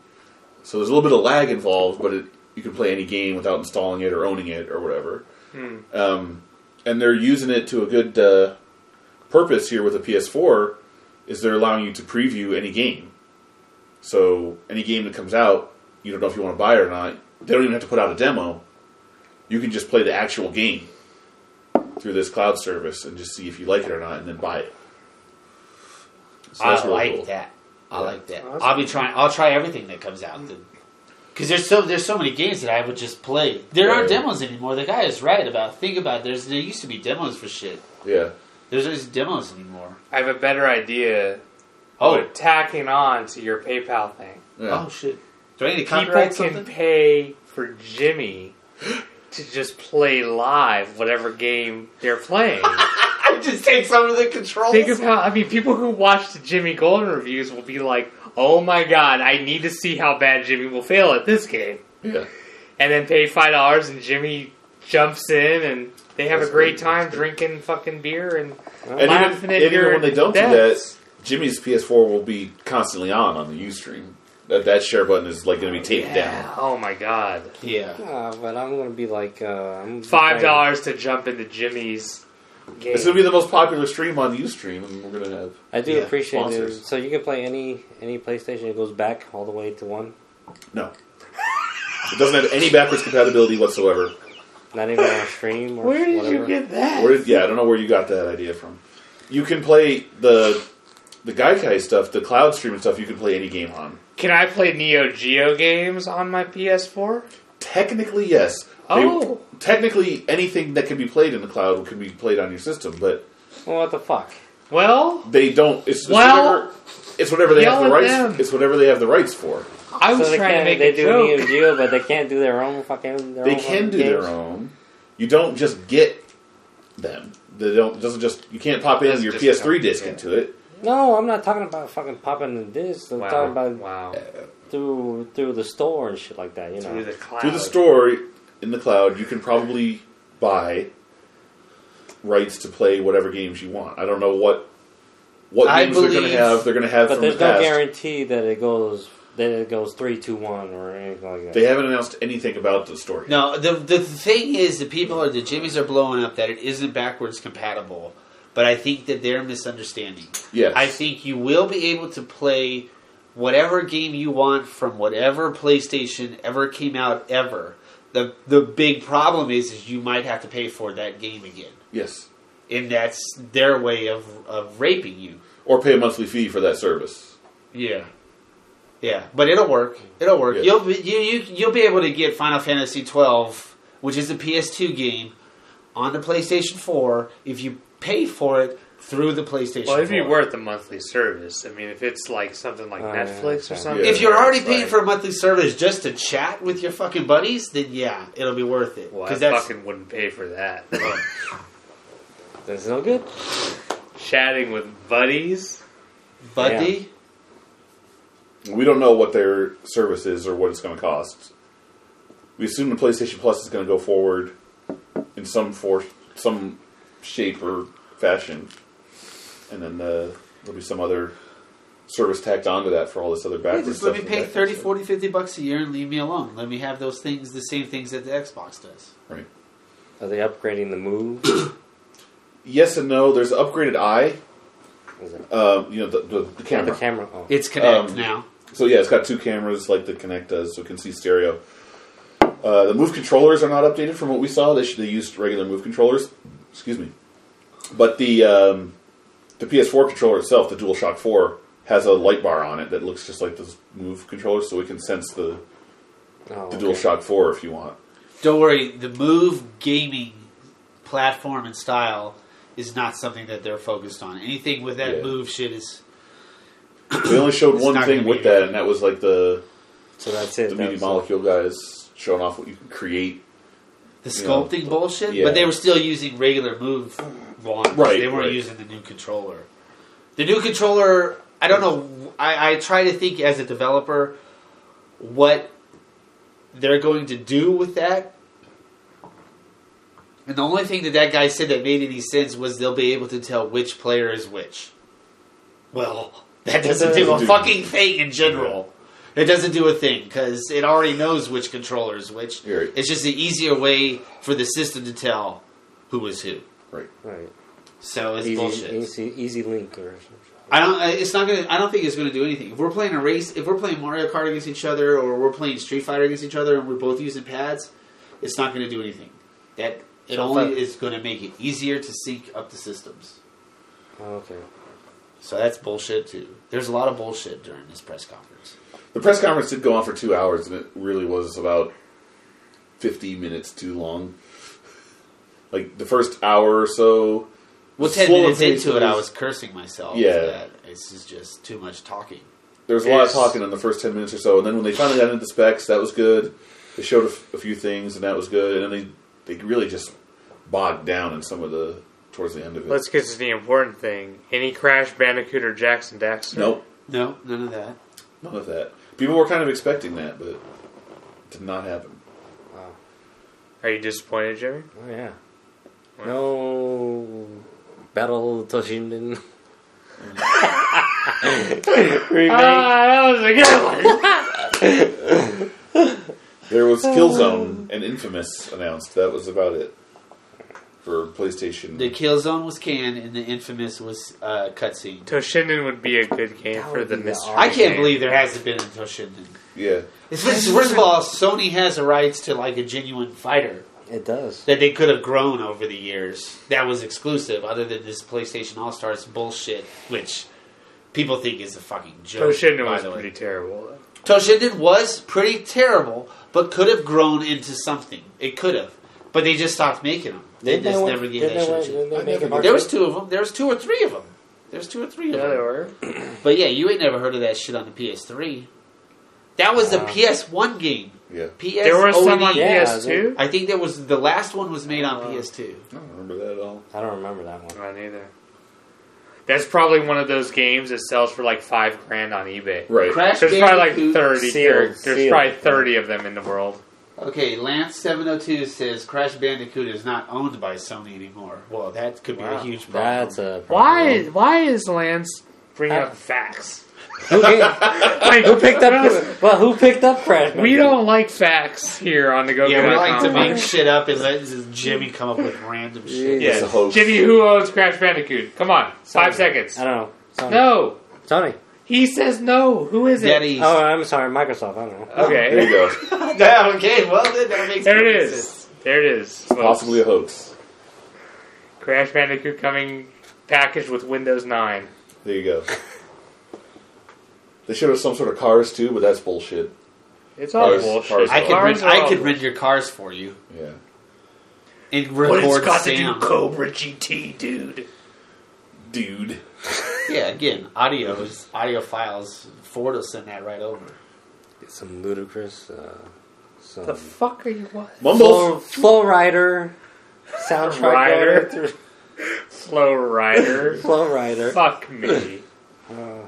A: So there's a little bit of lag involved, but it you can play any game without installing it or owning it or whatever.
C: Hmm.
A: Um, and they're using it to a good uh, purpose here with the PS4. Is they're allowing you to preview any game. So any game that comes out, you don't know if you want to buy it or not. They don't even have to put out a demo. You can just play the actual game through this cloud service and just see if you like it or not, and then buy it. So
C: I
A: that's really
C: like
A: cool.
C: that. I like that.
B: Oh, that's
C: I'll be trying. I'll try everything that comes out then. Because there's so there's so many games that I would just play. There aren't
A: Right.
C: demos anymore. The guy is right about. Think about it. there's there used to be demos for shit.
A: Yeah.
C: There's there's demos anymore.
D: I have a better idea.
C: Oh,
D: But tacking on to your PayPal thing,
A: yeah.
C: oh shit. Do I need to
D: people
C: copyright
D: can
C: something?
D: pay for Jimmy to just play live whatever game they're playing.
C: I just take some of the controls.
D: Think of how I mean, people who watch the Jimmy Golden reviews will be like, "Oh my god, I need to see how bad Jimmy will fail at this game,"
A: Yeah.
D: and then pay five dollars, and Jimmy jumps in, and they have
A: That's
D: a
A: great,
D: great time
A: that's
D: drinking fucking beer and
A: And
D: laughing
A: even,
D: at
A: and even
D: your
A: when they don't do
D: deaths.
A: that, Jimmy's PS4 will be constantly on on the Ustream. That that share button is like going to be taped down.
D: Oh my god.
C: yeah.
B: Nah, but I'm gonna be like uh, I'm
D: Five dollars to jump into Jimmy's game.
A: It's going to be the most popular stream on Ustream, and we're going to have
B: I do
C: Yeah,
B: appreciate it.
A: sponsors.
B: So you can play any any PlayStation. It goes back all the way to one.
A: no. It doesn't have any backwards compatibility whatsoever.
B: Not even on stream or
D: Where did
B: whatever.
D: you get that?
A: Where did, yeah, I don't know where you got that idea from. You can play the the Gaikai stuff, the cloud streaming stuff. You can play any game on.
D: Can I play Neo Geo games on my PS4?
A: Technically, yes.
D: Oh.
A: technically, anything that can be played in the cloud can be played on your system, but
B: Well, what the fuck?
D: Well,
A: they don't. It's, it's
D: Well,
A: whatever. It's whatever they have
D: yell
A: the
D: at
A: rights.
D: them.
A: It's whatever they have the rights for.
D: I was
B: so they
D: trying to
B: can,
D: make
B: they
D: a
B: do
D: joke.
B: Neo Geo, but they can't do their own fucking. Their
A: They
B: own
A: can
B: fucking
A: do their
B: games.
A: own. You don't just get them. They don't. it Doesn't just. You can't pop in
D: That's
A: your PS3
D: just dumb,
A: disc
D: yeah.
A: into it.
B: No, I'm not talking about fucking popping the disc. I'm talking
D: Wow,
B: about
D: wow.
B: through through the store and shit like that. You know.
D: Through the cloud.
A: Through the store in the cloud, you can probably buy rights to play whatever games you want. I don't know what what
C: I
A: games they're going
C: believe-
A: to have. They're going to have
B: but
A: from the
B: there's no
A: past.
B: guarantee that it goes that it goes three two one or anything like that.
A: They haven't announced anything about the story.
C: No, the the thing is, the people are the Jimmies are blowing up that it isn't backwards compatible, but I think that they're misunderstanding.
A: Yes.
C: I think you will be able to play whatever game you want from whatever PlayStation ever came out ever. The the big problem is is you might have to pay for that game again.
A: Yes.
C: And that's their way of of raping you.
A: Or pay a monthly fee for that service.
C: Yeah. Yeah, but it'll work. It'll work.
A: Yeah.
C: You'll be, you you you'll be able to get Final Fantasy 12, which is a PS2 game, on the PlayStation 4 if you pay for it through the PlayStation.
D: Well, it'd be
C: 4.
D: worth the monthly service. I mean, if it's like something like
B: Oh, yeah,
D: Netflix or
B: okay.
D: something.
C: If you're already
D: it's
C: paying
D: like,
C: for a monthly service just to chat with your fucking buddies, then yeah, it'll be worth it.
D: well, I
C: Because that's
D: fucking wouldn't pay for that.
B: That's no good.
D: Chatting with buddies.
C: buddy.
A: We don't know what their service is or what it's going to cost. We assume the PlayStation Plus is going to go forward in some for some shape or fashion, and then uh, there'll be some other service tacked onto that for all this other
C: Hey,
A: backwards
C: just
A: stuff.
C: let me
A: and
C: pay
A: backwards
C: 30,
A: stuff.
C: 40, 50 bucks a year and leave me alone. Let me have those things, the same things that the Xbox does.
A: Right.
B: Are they upgrading the move?
A: Yes and no. There's upgraded eye.
B: Is it
A: Um, you know the, the, the
B: yeah,
A: camera.
B: the camera? Oh.
C: It's Connect
A: Um,
C: now.
A: So yeah, it's got two cameras like the Kinect does, so it can see stereo. Uh, the Move controllers are not updated from what we saw. They should, they used regular Move controllers. Excuse me, but the um, the PS4 controller itself, the DualShock 4, has a light bar on it that looks just like the Move controller, so it can sense the
B: oh,
A: the
B: okay.
A: DualShock 4 if you want.
C: Don't worry, the Move gaming platform and style is not something that they're focused on. Anything with that
A: Yeah.
C: Move shit is
A: They only showed
C: It's
A: one
C: not
A: thing
C: gonna
A: with
C: be-
A: that, and that was like the
B: So that's it.
A: the
B: That
A: Meaty
B: was-
A: Molecule guys showing off what you can create.
C: the sculpting bullshit.
A: Yeah.
C: But they were still using regular Move wands.
A: Right,
C: They weren't
A: right.
C: using the new controller. The new controller, I don't know. I, I try to think as a developer what they're going to do with that. And the only thing that that guy said that made any sense was they'll be able to tell which player is which. Well, that doesn't do a
A: Dude.
C: fucking thing in general. It doesn't do a thing because it already knows which controller is which.
A: You're right.
C: It's just the easier way for the system to tell who is who.
A: Right.
B: Right.
C: So it's
B: Easy,
C: bullshit.
B: easy, easy link or something.
C: I don't. I- It's not gonna. I don't think it's gonna do anything. If we're playing a race, if we're playing Mario Kart against each other, or we're playing Street Fighter against each other, and we're both using pads, it's not gonna do anything. That it
B: So
C: only
B: fun.
C: is gonna make it easier to sync up the systems.
B: Oh, Okay.
C: So that's bullshit too. There's a lot of bullshit during this press conference.
A: The press conference did go on for two hours, and it really was about fifty minutes too long. Like the first hour or so,
C: Well, ten
A: Full
C: minutes
A: of hate
C: into it, I
A: speech.
C: was cursing myself.
A: Yeah.
C: for that. it's just, just too much talking.
A: there was a lot
C: Yes.
A: of talking in the first ten minutes or so, and then when they finally got into the specs, that was good. They showed a, f- a few things, and that was good, and then they they really just bogged down in some of the towards the end of it.
D: Let's get to the important thing. Any Crash Bandicoot or Jackson Daxter?
A: nope,
C: No, none of that.
A: none of that. People were kind of expecting that, but it did not happen.
D: Are you disappointed, Jerry?
B: Oh yeah. No battle Toshinden. remake.
D: that was a good one.
A: There was Killzone and Infamous announced. That was about it for PlayStation.
C: The kill zone was canned, and the infamous was uh, cutscene.
D: Toshinden would be a good game
B: That
D: for
B: would
D: the
B: be
D: mystery.
B: awesome.
C: I can't
D: game.
C: believe there hasn't been a Toshinden.
A: yeah.
C: It's- First, first of all, Sony has the rights to like a genuine fighter
B: It does.
C: that they could have grown over the years. That was exclusive, other than this PlayStation All Stars bullshit, which people think is a fucking joke.
D: Toshinden
C: by
D: was
C: the way.
D: pretty terrible. though.
C: Toshinden was pretty terrible, but could have grown into something. It could have, but they just stopped making them. They just
B: win-
C: never
B: didn't
C: get
B: they win-
C: that
B: didn't they
A: I never
B: make a
A: did.
C: There
B: market?
C: was two of them. There was two or three of them. There's two or three of
D: Yeah,
C: them.
D: there were.
C: But yeah, you ain't never heard of that shit on the PS3. That was the
B: Wow.
C: PS1 game.
A: Yeah.
C: PS
D: There were some on
B: Yeah,
D: PS2.
C: I think there was the last one was made on
D: Uh,
C: PS2.
A: I don't remember that at all.
B: I don't remember that one.
D: Not either. That's probably one of those games that sells for like five grand on eBay.
A: Right.
C: Crash
D: There's probably like
C: Bandicoot-
D: thirty.
B: Sealed,
D: There's
B: sealed.
D: probably thirty of them in the world.
C: Okay, Lance seven hundred two says Crash Bandicoot is not owned by Sony anymore. Well, that could be a
D: Wow.
C: huge problem.
B: That's a problem.
D: Why? Why is Lance bringing
B: up
D: up facts?
B: Who, picked- who picked up? Well, who picked up Crash?
D: We
B: Bandicoot?
D: don't like facts here on the Go
C: yeah, we like to make
D: Jimmy,
C: shit up and let Jimmy come up with random shit.
A: It's a hoax.
D: who owns Crash Bandicoot? Come on,
B: Sorry.
D: five seconds.
B: I don't know. Sony.
D: No,
B: Sony.
D: he says no. Who is it?
C: Daddy.
B: Oh, I'm sorry, Microsoft. I don't know.
A: There
D: Okay,
A: you go.
C: Yeah, okay, well then that makes
D: there it
C: perfect sense.
D: is. There it is. folks.
A: Possibly a hoax.
D: Crash Bandicoot coming packaged with Windows 9.
A: There you go. They showed us some sort of cars too, but that's bullshit.
D: It's all
A: Cars-
D: bullshit.
A: cars
C: I could
D: Cars
C: rent,
D: are
C: I
D: all
C: could
D: bullshit.
C: rent your cars for you
A: Yeah.
C: and
D: What
C: record
D: it's got to do
C: sound.
D: Cobra GT, dude.
A: Dude.
C: Yeah, again, audio is audio files. Ford will send that right over.
B: Some ludicrous. Uh, some
D: The fuck are you what?
A: Mumbles.
B: Flow, Flow Rider soundtrack.
D: Rider.
B: going through-
D: Slow Rider.
B: Flow Rider.
D: fuck me.
B: Uh,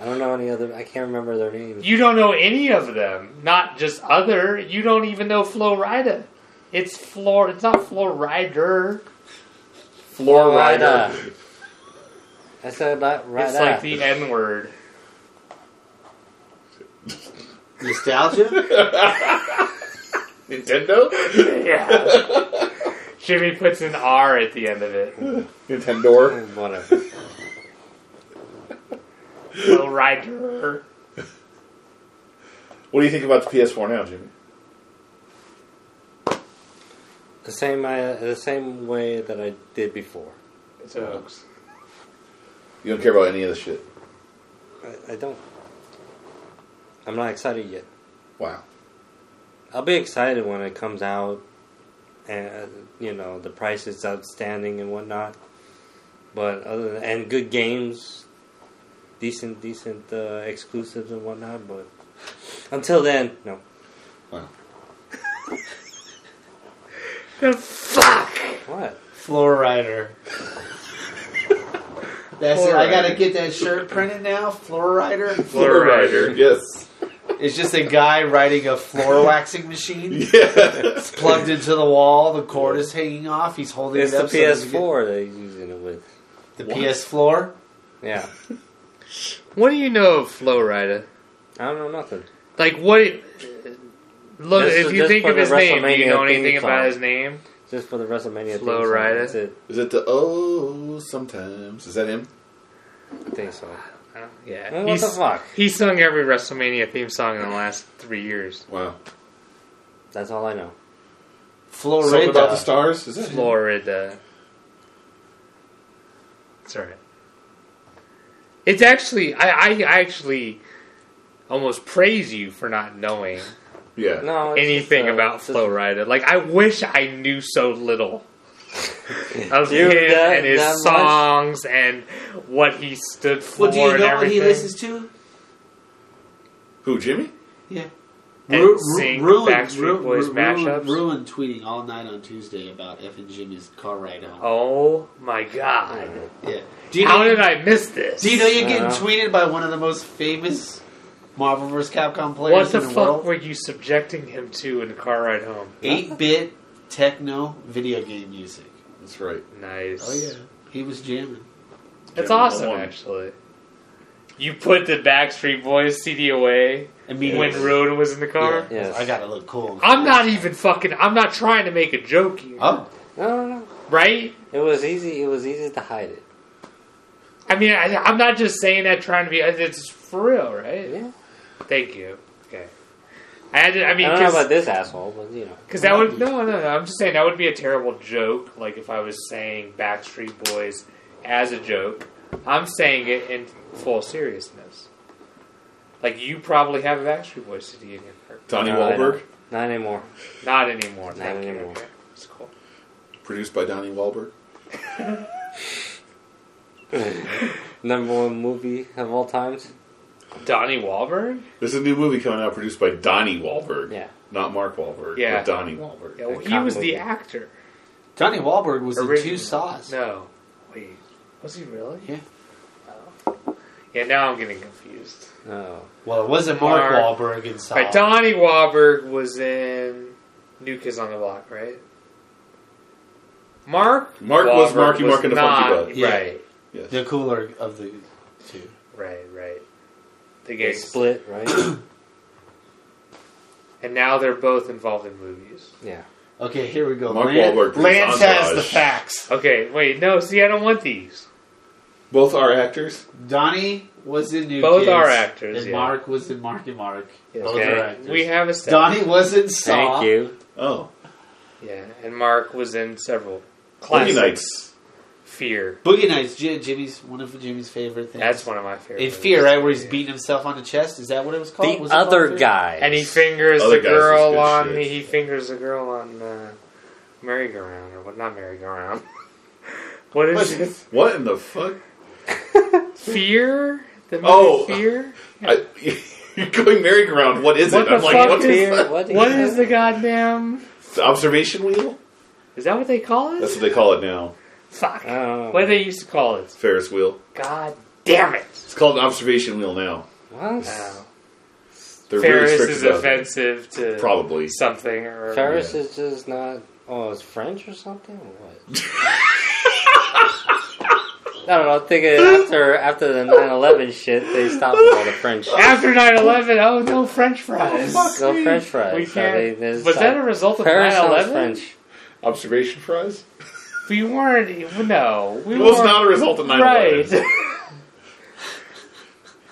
B: I don't know any other. I can't remember their names.
D: You don't know any of them. Not just other. You don't even know Flow Rider. It's Floor. It's not Floor Rider.
A: Floor
B: Florida. I said about right
D: It's like the N word.
C: Nostalgia?
A: Nintendo?
D: Yeah. Jimmy puts an R at the end of it.
A: Nintendo.
B: Whatever.
D: Flow Rider.
A: What do you think about the PS4 now, Jimmy?
B: The same, I, the same way that I did before.
D: It's a hoax.
A: You don't care about any of this shit.
B: I, I don't. I'm not excited yet.
A: Wow.
B: I'll be excited when it comes out, and uh, you know the price is outstanding and whatnot. But other than, and good games, decent, decent uh, exclusives and whatnot. But until then, no.
A: Wow.
D: The fuck?
B: What?
C: Floor rider. That's
D: Floor
C: it. I gotta
D: rider.
C: get that shirt printed now. Floor rider.
D: Floor Rider.
A: Yes.
C: It's just a guy riding a floor waxing machine.
A: Yeah.
C: It's plugged into the wall. The cord is hanging off. He's holding
B: It's
C: it
B: the
C: up. so that you
B: PS4 that he's using it with.
C: get- the PS floor.
B: Yeah,
D: What do you know of Flow Rider?
B: I don't know nothing.
D: Like what? it- look,
B: This
D: if
B: is
D: you
B: just
D: think
B: for
D: of
B: the
D: his name, do you
B: WrestleMania
D: know anything
B: theme
D: about
B: song.
D: his name?
B: Just for the WrestleMania theme
D: Flow
B: song,
D: Rida?
B: That's it.
A: Is it the oh sometimes? Is that him?
B: I think so.
D: I don't- Yeah,
B: Well, what
D: he's,
B: the fuck?
D: he sung every WrestleMania theme song in the last three years.
A: Wow.
B: That's all I know.
C: Florida.
A: Something about the stars? Is that him?
D: Florida. It's alright. It's actually I, I actually almost praise you for not knowing
A: Yeah.
B: No, it's
D: anything
B: just, uh,
D: about
B: it's just-
D: Flow Rida. Like I wish I knew so little of
B: You-
D: him
B: that-
D: and his
B: that much?
D: songs and what he stood for
C: Well, do you
D: and
C: know what
D: everything.
C: he listens to?
A: Who, Jimmy?
C: Yeah.
D: And
C: Ru-
D: sing Backstreet Boys mashups?
C: Ruin, Ruin tweeting all night on Tuesday about F and Jimmy's car ride home.
D: oh my god!
C: Yeah. Do you
D: Oh. How
C: know?
D: did I miss this?
C: Do you know you're getting
B: Uh-huh.
C: tweeted by one of the most famous Marvel vs. Capcom players
D: what the
C: in the
D: fuck
C: world?
D: were you subjecting him to in the car ride home?
C: Eight bit techno video game music.
A: That's right.
D: Nice.
C: Oh, He was jamming.
D: That's
A: Jimmy
D: awesome,
A: Malone.
D: actually. You put the Backstreet Boys CD away when
C: Immediately.
D: Roden was in the car?
C: Yeah.
B: Yes.
C: I gotta look cool.
D: I'm not e- even fucking. I'm not trying to make a joke here.
C: Oh.
B: No, no, no.
D: Right?
B: It was easy. It was easy to hide it.
D: I mean, I, I'm not just saying that trying to be. It's for real, right?
B: Yeah.
D: Thank you. Okay. I had to, I
B: I
D: mean,
B: don't know
D: because
B: about this asshole, but you know.
D: that would. No, no, no. I'm just saying that would be a terrible joke, like if I was saying Backstreet Boys as a joke. I'm saying it in full seriousness. Like, you probably have a Backstreet Boys CD in your car.
A: Donnie
B: No, I don't.
A: Wahlberg?
B: Not anymore.
D: Not anymore. Thank you.
B: anymore.
D: Okay. It's cool.
A: Produced by Donnie Wahlberg?
B: Number one movie of all times.
D: Donnie Wahlberg?
A: There's a new movie coming out produced by Donnie Wahlberg.
B: Yeah.
A: Not Mark Wahlberg.
D: Yeah.
A: But Donnie Wahlberg.
D: Yeah, well,
B: That
D: he
B: cop
D: was
B: movie.
D: the actor.
C: Donnie Wahlberg was in
D: Originally.
C: two saws.
D: No. Wait. Was he really? Oh.
C: Yeah.
D: Yeah, now I'm getting confused.
B: Oh.
C: Well, it wasn't Mark
D: Mark.
C: Wahlberg in Saw.
D: Right, Donnie Wahlberg was in New Kids on the Block, right? Mark?
A: Mark was
D: Wahlberg
A: Marky Mark and the Funky
D: not-
A: Bunch.
C: Yeah.
D: Right,
A: Yes.
C: the cooler of the two.
D: right, right. They
B: They
D: get split.
B: split, right?
D: And now they're both involved in movies.
B: yeah.
C: Okay, here we go.
A: Mark
C: Lan-
A: Wahlberg produced
C: Lance has
A: Entourage.
C: the facts.
D: Okay, wait, no, see, I don't want these.
A: Both are actors.
C: Donnie was in New
D: Both
C: Kids,
D: are actors,
C: And
D: yeah.
C: Mark was in Mark and Mark. Both
D: okay,
C: are actors.
D: we have a step.
C: Donnie was in Saw.
B: Thank you.
A: Oh.
D: Yeah, and Mark was in several
A: Boogie
D: classic
A: Nights.
D: Fear.
C: Boogie Nights, Ji- Jimmy's one of Jimmy's favorite things.
D: That's one of my favorite.
C: in Fear,
D: movies.
C: right, where he's
D: Yeah.
C: beating himself on the chest. Is that what it was called?
B: The
C: Was it called
B: other
C: Fear?
B: guy.
D: And he fingers
A: Other
D: the
A: guys is
D: girl
A: good
D: on
A: shit.
D: the he fingers the girl on uh, merry-go-round or what? Not merry-go-round. what is it?
A: What in the fuck?
D: Fear? The movie
A: Oh.
D: Fear?
A: I, you're going merry-go-round. What is
D: What
A: it?
D: the
A: I'm like,
D: fuck
A: what
D: is
A: is
B: Here,
A: that?
B: what do you
D: What
B: have?
D: is the goddamn?
A: The observation wheel?
D: Is that what they call it?
A: That's what they call it now.
D: Fuck.
B: I don't know.
D: What do they used to call it?
A: Ferris wheel.
D: God damn it!
A: It's called an observation wheel now.
B: What?
D: Wow.
A: They're
D: Ferris
A: very strict
D: is
A: about it.
D: offensive to
A: Probably.
D: something or
B: Ferris
A: Yeah.
B: is just not. Oh, it's French or something? Or What? I don't know. I'm thinking after after the 9/11 shit, they stopped with all the French.
D: after 9-11, oh no, French fries.
B: No French fries.
D: We
B: So they,
D: can't.
B: they
D: Was
B: decided-
D: that a result of
B: Paris sounds
D: 9-11?
B: French.
A: Observation fries?
D: We weren't. e- No, we
A: It was
D: weren't-
A: not a result of 9
D: Right.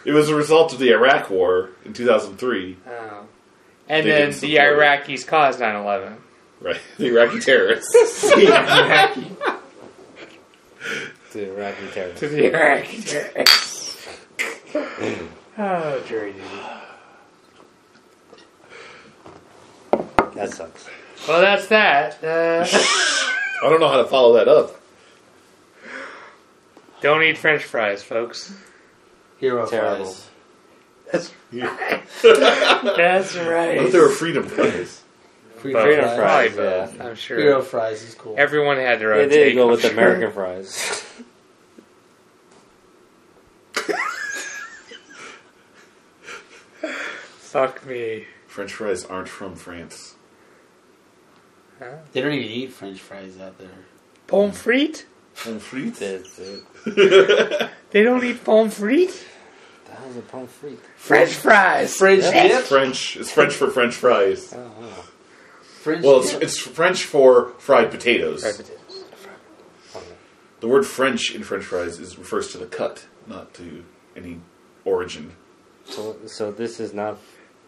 A: It was a result of the Iraq War in 2003.
D: Oh. And
A: They
D: then
A: didn't
D: the
A: support it.
D: Iraqis caused 9 11.
A: Right. The Iraqi terrorists.
B: Dude, Iraqi terrorists.
D: To the Iraqi terrorists. oh, jury duty.
B: That sucks.
D: Well, that's that. Uh,
A: I don't know how to follow that up.
D: don't eat french fries, folks.
C: Hero
B: Terrible.
C: Fries.
D: That's right.
A: But there were freedom fries.
C: Freedom,
D: Freedom
C: Fries.
B: Fries,
D: Probably both, I'm sure.
C: Hero Fries is cool.
D: Everyone had their own.
B: Yeah, there
D: take,
B: you go
D: I'm
B: with
D: sure.
B: American fries.
D: Fuck me.
A: French fries aren't from France.
C: They don't even eat French fries out there.
D: Pommes frites?
A: Pommes frites?
B: uh, That's it.
D: They don't eat pommes frites?
B: Damn. is a punk freak.
D: French fries.
C: French
A: It's
C: dip.
A: French. It's French for French fries.
B: I don't know.
C: French
A: Well, it's,
C: dip.
A: it's French for fried potatoes.
B: I don't know.
A: The word French in French fries is refers to the cut, not to any origin.
B: So, so this is not.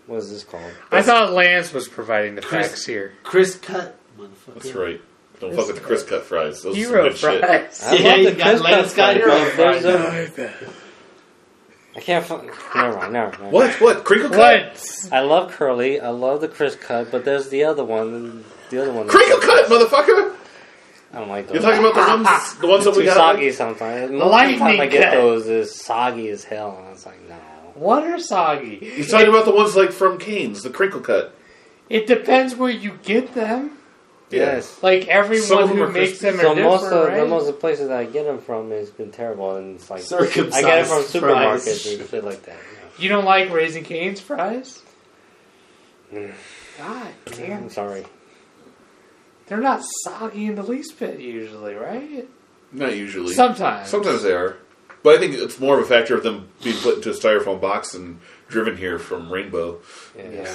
B: What is this called?
D: I thought Lance was providing the
C: Chris-
D: facts here.
C: Chris cut. Motherfucker.
A: That's right. Don't fuck with the crisp cut fries. Those are some
D: Hero
A: good shit.
D: fries.
B: I
C: Yeah,
B: love
C: you
B: the
C: got Lance
B: Crisco
C: got your own
B: fries, but
C: fries.
B: there's a- I can't. Fu- never mind. Never mind.
A: What? What? Crinkle cut?
D: What?
B: I love curly. I love the crisp cut, but there's the other one. The other one.
A: Crinkle cut, motherfucker!
B: I don't like those.
A: You're talking about the ones, the ones that we
B: too
A: got.
B: soggy sometimes. Most of the time I
D: Lightning
B: get
D: cut.
B: those is soggy as hell, and I was like, no.
D: What are soggy?
A: He's talking about the ones like from Canes, the crinkle cut.
D: It depends where you get them.
B: Yes.
D: Like
A: Some
D: everyone
A: of them
D: who
A: are
D: makes them are
B: So
D: different,
B: most of
D: right?
B: the most of the places that I get them from has been terrible, and it's like
C: Circumcised
B: I get it from
C: fries.
B: supermarkets and shit like that.
D: you don't like Raising Cane's fries? God
B: Yeah.
D: damn,
B: I'm sorry.
D: they're not soggy in the least bit usually, right?
A: Not usually.
D: Sometimes.
A: Sometimes they are. But I think it's more of a factor of them being put into a styrofoam box and driven here from Rainbow
B: Yeah.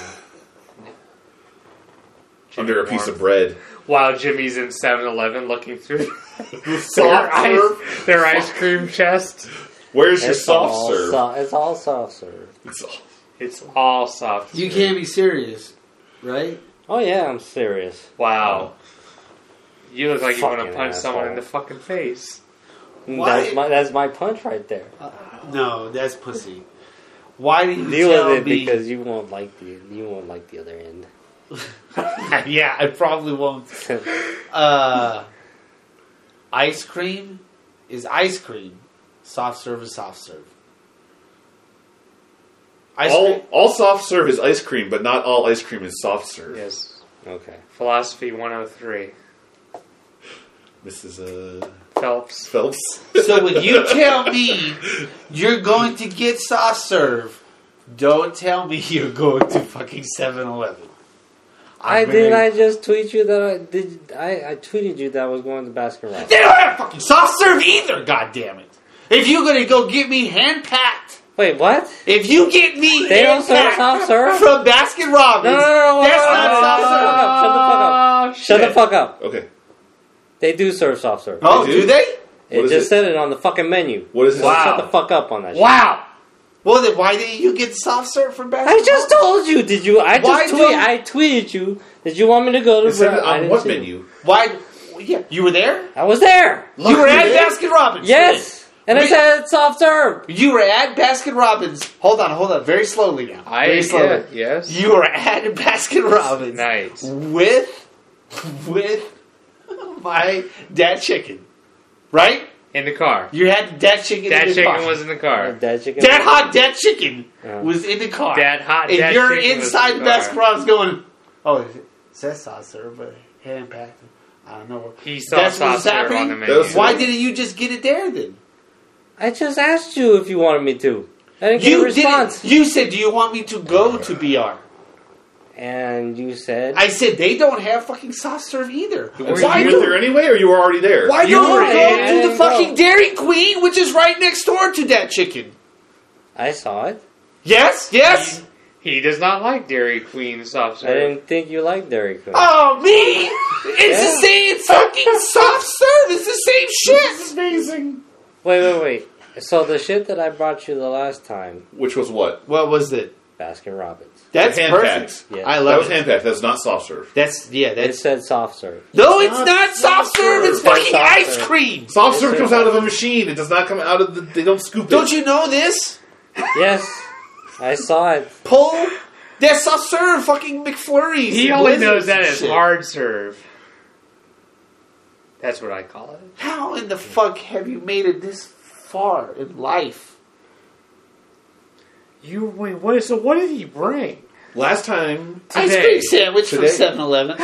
A: under a piece of bread.
D: While Jimmy's in 7-Eleven looking through their,
A: Soft serve?
D: ice, their ice cream chest,
A: Where's your
B: all
A: soft serve?
B: so- it's all soft serve.
A: It's all-
D: it's all soft.
C: You
D: serve.
C: can't be serious, right?
B: Oh yeah, I'm serious.
D: Wow. You look like you want to
B: Fucking
D: punch someone
B: asshole.
D: in the fucking face.
C: Why-
B: That's my that's my punch right there.
C: No, that's pussy. Why do you
B: Deal
C: tell
B: with it
C: me?
B: because you won't like the you won't like the other end.
C: yeah, I probably won't. Uh, ice cream is ice cream. Soft serve is soft serve. Ice
A: all,
C: cream.
A: all soft serve is ice cream, but not all ice cream is soft serve.
D: Yes.
B: okay.
D: Philosophy 103.
A: Mrs. Uh,
D: Phelps.
A: Phelps.
C: So when you tell me you're going to get soft serve, don't tell me you're going to fucking 7-Eleven.
B: I did. I just tweet you that I did. I, I tweeted you that I was going to Baskin Robbins.
C: They don't have fucking soft serve either. God damn it! If you're gonna go get me hand packed,
B: Wait, what?
C: if you get me
B: They don't serve
C: hand-packed
B: soft serve.
C: from Baskin Robbins,
B: No, no, no, no,
C: that's
B: no,
C: not
B: no,
C: soft
B: no,
C: serve.
B: no, no.
D: Oh,
B: Oh, Shut the fuck up. Shut the
D: shit.
B: fuck up.
A: Okay.
B: They do serve soft serve.
C: Oh,
A: They
C: do
A: do?
C: they?
B: it
A: is
B: just
A: it?
B: said it on the fucking menu.
A: What is this?
B: So
C: Wow.
B: Shut the fuck up on that. Shit.
D: Wow!
C: Well, then why didn't you get soft serve from Baskin?
B: I just told you. Did you?
C: Why
B: I just tweet.
C: don't-
B: I tweeted you. Did you want me to go to?
A: It said
B: Bra-
A: it
B: I
A: on
B: didn't
A: what
B: see it.
A: menu?
C: Why? well, yeah, you were there.
B: I was there.
C: you were at
A: you did?
C: Baskin Robbins.
B: Yes, and I
C: We-
B: said it's soft serve.
C: You were at Baskin Robbins. Hold on, hold on. Very slowly now.
D: I
C: Very slowly.
D: yeah, yes.
C: You were at Baskin Robbins.
D: nice.
C: with with my dad chicken, right?
D: In the car.
C: You had dad chicken.
D: That
C: in the
D: chicken
C: car.
D: was in the car.
B: That chicken.
C: dad hot dad chicken
B: Yeah.
C: was in the car.
D: That hot
C: and
D: that
C: you're
D: chicken was
C: inside
D: in
C: the
D: the car.
C: Baskin Robbins going, oh, is it says sauce serve, but hand packed. I don't know.
D: He saw
C: That's
D: soft
C: what's
D: serve on the
C: happening?
D: menu.
A: That's-
C: Why didn't you just get it there then?
B: I just asked you if you wanted me to. I didn't get a
C: You
B: response.
C: didn't. You said, do you want me to go to BR?
B: And you said
C: I said they don't have fucking soft serve either.
A: Were
C: Why
A: you
C: do-
A: there anyway, or you were already there?
C: Why
D: You
C: don't
D: were
C: we go
D: in-
C: to the fucking Dairy Queen, which is right next door to that chicken?
B: I saw it.
C: Yes, yes.
D: He does not like Dairy Queen soft
B: I
D: serve.
B: didn't think you liked Dairy Queen.
C: Oh me! It's the same fucking soft serve. It's the same shit.
A: amazing.
B: Wait, wait, wait. So the shit that I brought you the last time,
A: Which was what?
C: What was it?
B: Baskin Robbins.
C: That's
A: Hand
C: perfect.
A: packed.
B: Yeah.
C: I
A: That was
C: love it.
A: hand packed. That was not soft serve.
C: That's yeah.
B: It
C: That's
B: said soft serve.
C: no. It's not soft serve. It's
B: That's
C: fucking
B: soft
C: ice
B: serve.
C: cream.
A: Soft serve comes out of a machine. It does not come out of the. They don't scoop
C: Don't
A: it.
C: you know this?
B: Yes, I saw it.
C: Pull. That's soft serve. Fucking McFlurries.
D: He
C: and
D: only
C: Blizzards
D: knows that
C: and
D: as
C: shit.
D: hard serve. That's what I call it.
C: How in the fuck have you made it this far in life?
D: You wait, what? So what did he bring?
A: Last time,
C: Ice
D: Today.
C: cream sandwich from
A: Today.
C: 7-Eleven.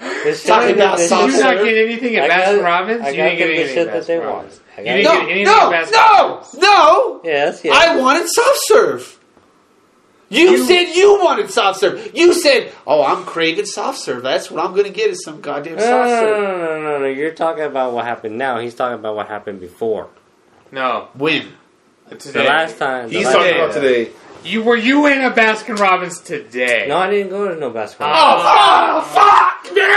B: This shit
C: Talking
B: that-
C: about
B: this
C: soft
D: you
B: shit-
D: did
C: serve.
D: not get anything
B: I
D: at
B: got-
D: Baskin Robbins.
B: I
D: You
B: got
D: didn't get
B: them the
D: anything
B: shit
D: at
B: that they
D: Baskin
B: want.
D: Robbins.
B: I
D: You
B: got
D: didn't
B: them.
D: get
C: No,
D: anything
C: no,
D: at Baskin
C: no,
D: Robbins.
C: no!
B: Yes, yes.
C: I wanted soft serve. You,
D: You-
C: said you wanted soft serve. You said, "Oh, I'm craving soft serve. That's what I'm going to get is some goddamn
B: no,
C: soft
B: no,
D: Ah.
B: no,
C: serve."
B: no, no, no, no. You're talking about what happened now. He's talking about what happened before.
D: No,
C: When?
D: Today.
B: The last time. the
A: He's
B: last
A: talking
B: time-
A: about today.
D: You were you in a Baskin Robbins today?
B: No, I didn't go to no basketball.
C: Oh, fuck, man!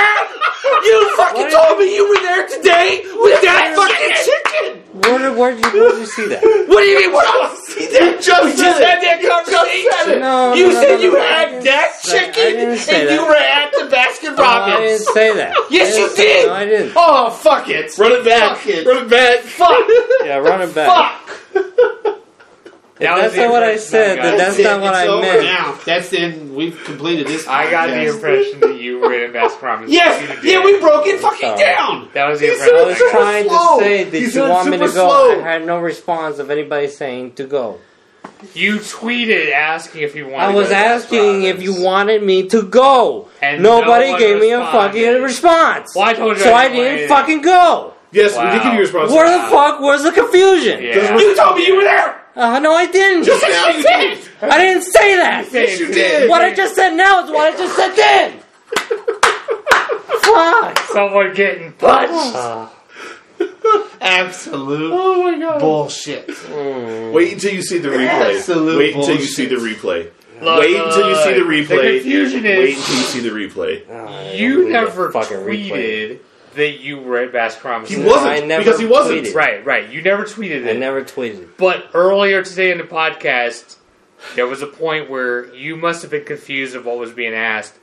C: You fucking
B: What?
C: told me you were there today with that fucking chicken!
B: Where, where did you, where did you see that?
C: What do you mean? What else? You did just, we just had that conversation.
B: No,
C: you
B: no, no,
C: said
B: no,
C: you
B: no, I
C: had
B: didn't
C: that
B: say- I
C: chicken
B: didn't
C: and
B: say that.
C: you were at the Baskin
B: I didn't
C: Robbins.
B: say that.
C: yes,
B: I
C: you
B: didn't say-
C: did.
B: No, I didn't.
C: Oh, fuck it.
A: Run it back.
C: Fuck it.
A: Run it back.
C: Fuck.
B: Yeah, run it back.
C: fuck.
B: If that's not what I said, then that's
C: it.
B: not what
C: it's
B: I
C: over
B: meant.
C: Now. That's in. We've completed this.
D: I got the
C: podcast.
D: impression that you were in a Baskin Robbins.
C: Yes.
D: today.
C: Yeah, we broke it fucking
B: Sorry.
C: down.
D: That was the
C: He's
B: I
D: impression.
C: so
B: was
C: Super
B: trying
C: slow.
B: to say that
A: He's
B: you
A: not
B: want me to
A: super
B: go.
A: slow.
B: I had no response of anybody saying to go.
D: You tweeted asking if you wanted.
B: I
D: to
B: was
D: go to
B: asking
D: Baskin
B: if you
D: Robbins.
B: wanted me to go.
D: And
B: Nobody
D: no one
B: gave me a
D: responded.
B: fucking response.
D: Well, I told you
B: so
D: I
B: I
D: didn't want
B: didn't
D: anything.
B: fucking go.
A: Yes, we did
D: Wow.
A: give you a response.
B: Where the fuck was the confusion?
D: Yeah.
C: You told me you were there.
B: Uh, no, I didn't.
A: Yes, you did.
B: I didn't say that.
A: Yes, you did.
B: What I just said now is what I just said then. Fuck.
D: Someone getting punched.
B: Oh. Uh,
C: Absolute. Oh my god. Bullshit.
A: Wait until you see the replay.
C: Absolute
A: Wait until you
C: bullshit.
A: see the replay.
D: Look,
A: Wait until you see the
D: look,
A: replay.
D: uh, The confusion
A: Wait
D: is
A: until you see the replay.
D: you never
B: fucking
D: tweeted that you were at Baskin Robbins.
A: He
D: today.
B: I
A: wasn't
B: never
A: because he wasn't.
B: tweeted.
D: Right, right. You never tweeted
B: I
D: it.
B: never tweeted.
D: But earlier today in the podcast, there was a point where you must have been confused of what was being asked,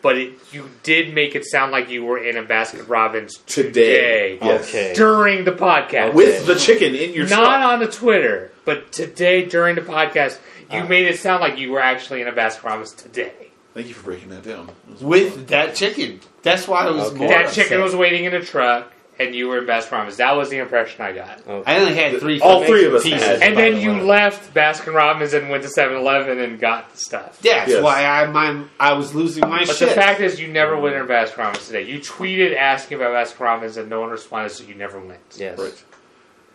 D: but it, you did make it sound like you were in a Baskin Robbins
A: Today.
D: today,
A: Yes.
B: Okay.
D: during the podcast.
A: With the chicken in your
D: Not
A: stomach.
D: on the Twitter, but today during the podcast, you
C: Uh.
D: made it sound like you were actually in a Baskin Robbins today.
A: Thank you for breaking that down. That was
C: With that chicken. That's why I was
B: Okay.
C: more.
D: that
C: upset.
D: chicken was waiting in a truck, and you were in Baskin Robbins. That was the impression I got.
C: I only had three.
A: All
C: fucking
A: three of us
C: pieces,
A: had.
D: And
C: Oh, by
D: then
C: the
D: you
C: way.
D: left Baskin Robbins and went to 7 Eleven and got the stuff.
C: Yeah, That's
A: Yes.
C: why I my I was losing my
D: But
C: shit.
D: the fact is, you never went in Baskin Robbins today. You tweeted asking about Baskin Robbins, and no one responded, so you never went.
B: Yes.
A: Right.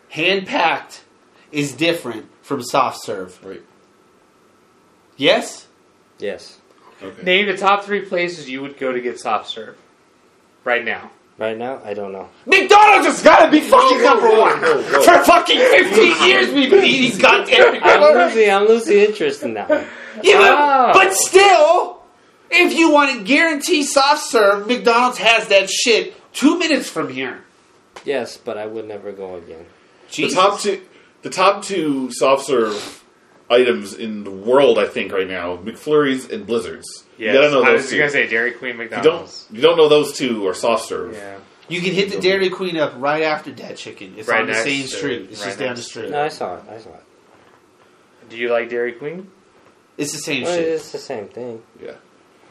C: Hand packed is different from soft serve.
A: Right.
C: Yes,
B: Yes.
A: Okay.
D: Name the top three places you would go to get soft serve right now.
B: Right now, I don't know.
C: McDonald's has got to be fucking number one.
A: whoa, whoa.
C: For fucking fifteen years, we've been eating goddamn
B: I'm
C: McDonald's.
B: losing, I'm losing interest in that one.
C: You know,
D: Ah.
C: but still, if you want to guarantee soft serve, McDonald's has that shit two minutes from here.
B: Yes, but I would never go again.
A: The
C: Jesus.
A: top two, the top two soft serve items in the world, I think, right now: McFlurries and Blizzards. You
D: Yeah,
A: gotta know
D: I
A: those
D: was
A: two.
D: going to say Dairy Queen,
A: you don't.
D: McDonald's.
A: You don't know those two are soft serve.
D: Yeah.
C: you can hit the Dairy Queen up right after that chicken. It's
D: Right
C: on the
D: next
C: same
D: to it.
C: street. It's
D: Right
C: just down
D: next
C: the street.
B: No, I saw it. I saw it.
D: Do you like Dairy Queen?
C: It's the same
B: Well,
C: shit.
B: it's the same thing.
A: Yeah.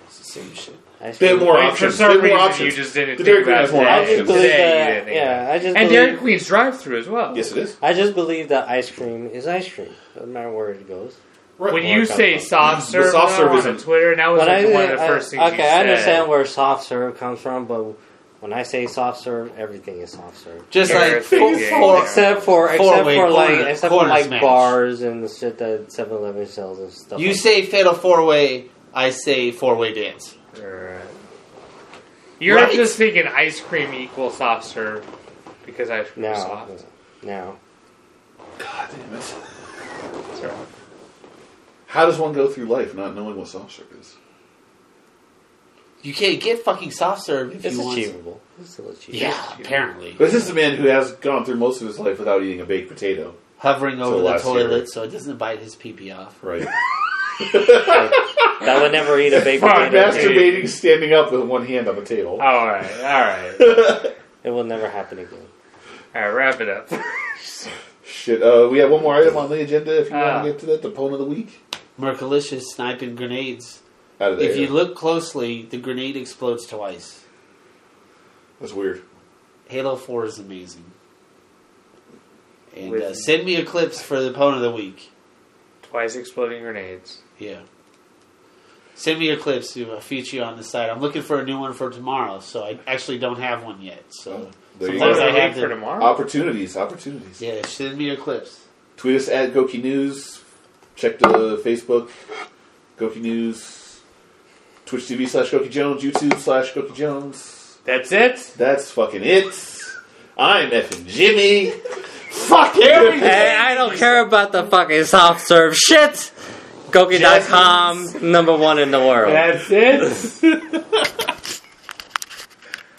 C: It's the same shit.
B: I
A: They have
B: still-
A: more
D: Wait, for
A: options.
D: some
A: They have more
D: reason,
A: options.
D: you just didn't
A: The
D: think
A: Dairy Queen
D: about
A: has more
D: that.
B: I just
A: options.
B: believe
D: Today, you
B: that.
D: didn't think about
B: yeah, I just
D: And
B: believe,
D: Dairy Queen's drive through as well.
A: Yes, it is.
B: I just believe that ice cream is ice cream. Doesn't matter where it goes.
A: Right.
D: When you
B: Workout
D: say
B: club.
D: soft
A: The
D: serve,
A: soft
D: soft
A: serve
D: serve on
A: isn't-
D: Twitter, and that was
B: When
D: like
B: I-
D: one of the
B: I-
D: first things
B: okay,
D: you
B: I
D: said.
B: understand where soft serve comes from, but when I say soft serve, everything is soft serve.
C: Just
D: Carrot
C: like
D: thing,
C: full
D: yeah.
C: four.
B: Except for except
C: Four-way
B: for like
C: corner-
B: except for
C: corner
B: like
C: smash.
B: bars and the shit that 7-Eleven sells and stuff.
C: You
B: like
C: say fatal four way, I say four way dance.
D: Alright. You're
C: Right?
D: just thinking ice cream equals soft serve because ice cream is
B: now,
D: soft.
B: now.
A: God damn it.
D: That's right.
A: How does one go through life not knowing what soft serve is?
C: You can't get fucking soft serve if
B: It's
C: you want. to.
B: achievable. It's still achievable.
C: Yeah, apparently.
A: But this is a man who has gone through most of his life without eating a baked potato.
C: Hovering over the
A: last year-
C: toilet so it doesn't bite his pee pee off.
A: Right.
B: I would never eat a baked
D: Fine,
B: potato.
D: bastard.
A: Masturbating standing up with one hand on the table.
D: Alright, alright.
B: It will never happen again.
D: Alright, wrap it up.
A: Shit. Uh, we have one more item on the agenda if you
D: Ah.
A: want to get to that. The pwn of the week.
C: Mercolicious sniping grenades.
A: Out of there.
C: If you look closely, the grenade explodes twice.
A: That's weird.
C: Halo 4 is amazing. And
D: With-
C: uh, send me a clips for the opponent of the week.
D: Twice exploding grenades.
C: Yeah. Send me your clips. to- I'll feature you on the site. I'm looking for a new one for tomorrow, so I actually don't have one yet. So
A: Oh, There you
D: What
C: Sometimes
A: go.
D: do
C: I
D: we
C: have
D: have for
C: to.
D: tomorrow?
A: Opportunities. Opportunities.
C: Yeah, send me your clips.
A: Tweet us at Goki News. Check the Facebook. Goki News. Twitch TV slash Goki Jones. YouTube slash Goki Jones.
D: That's it?
A: That's fucking it. I'm effing Jimmy.
C: Fuck everything.
B: Hey, I don't care about the fucking soft serve shit. Goki.com, number one in the world.
D: That's it.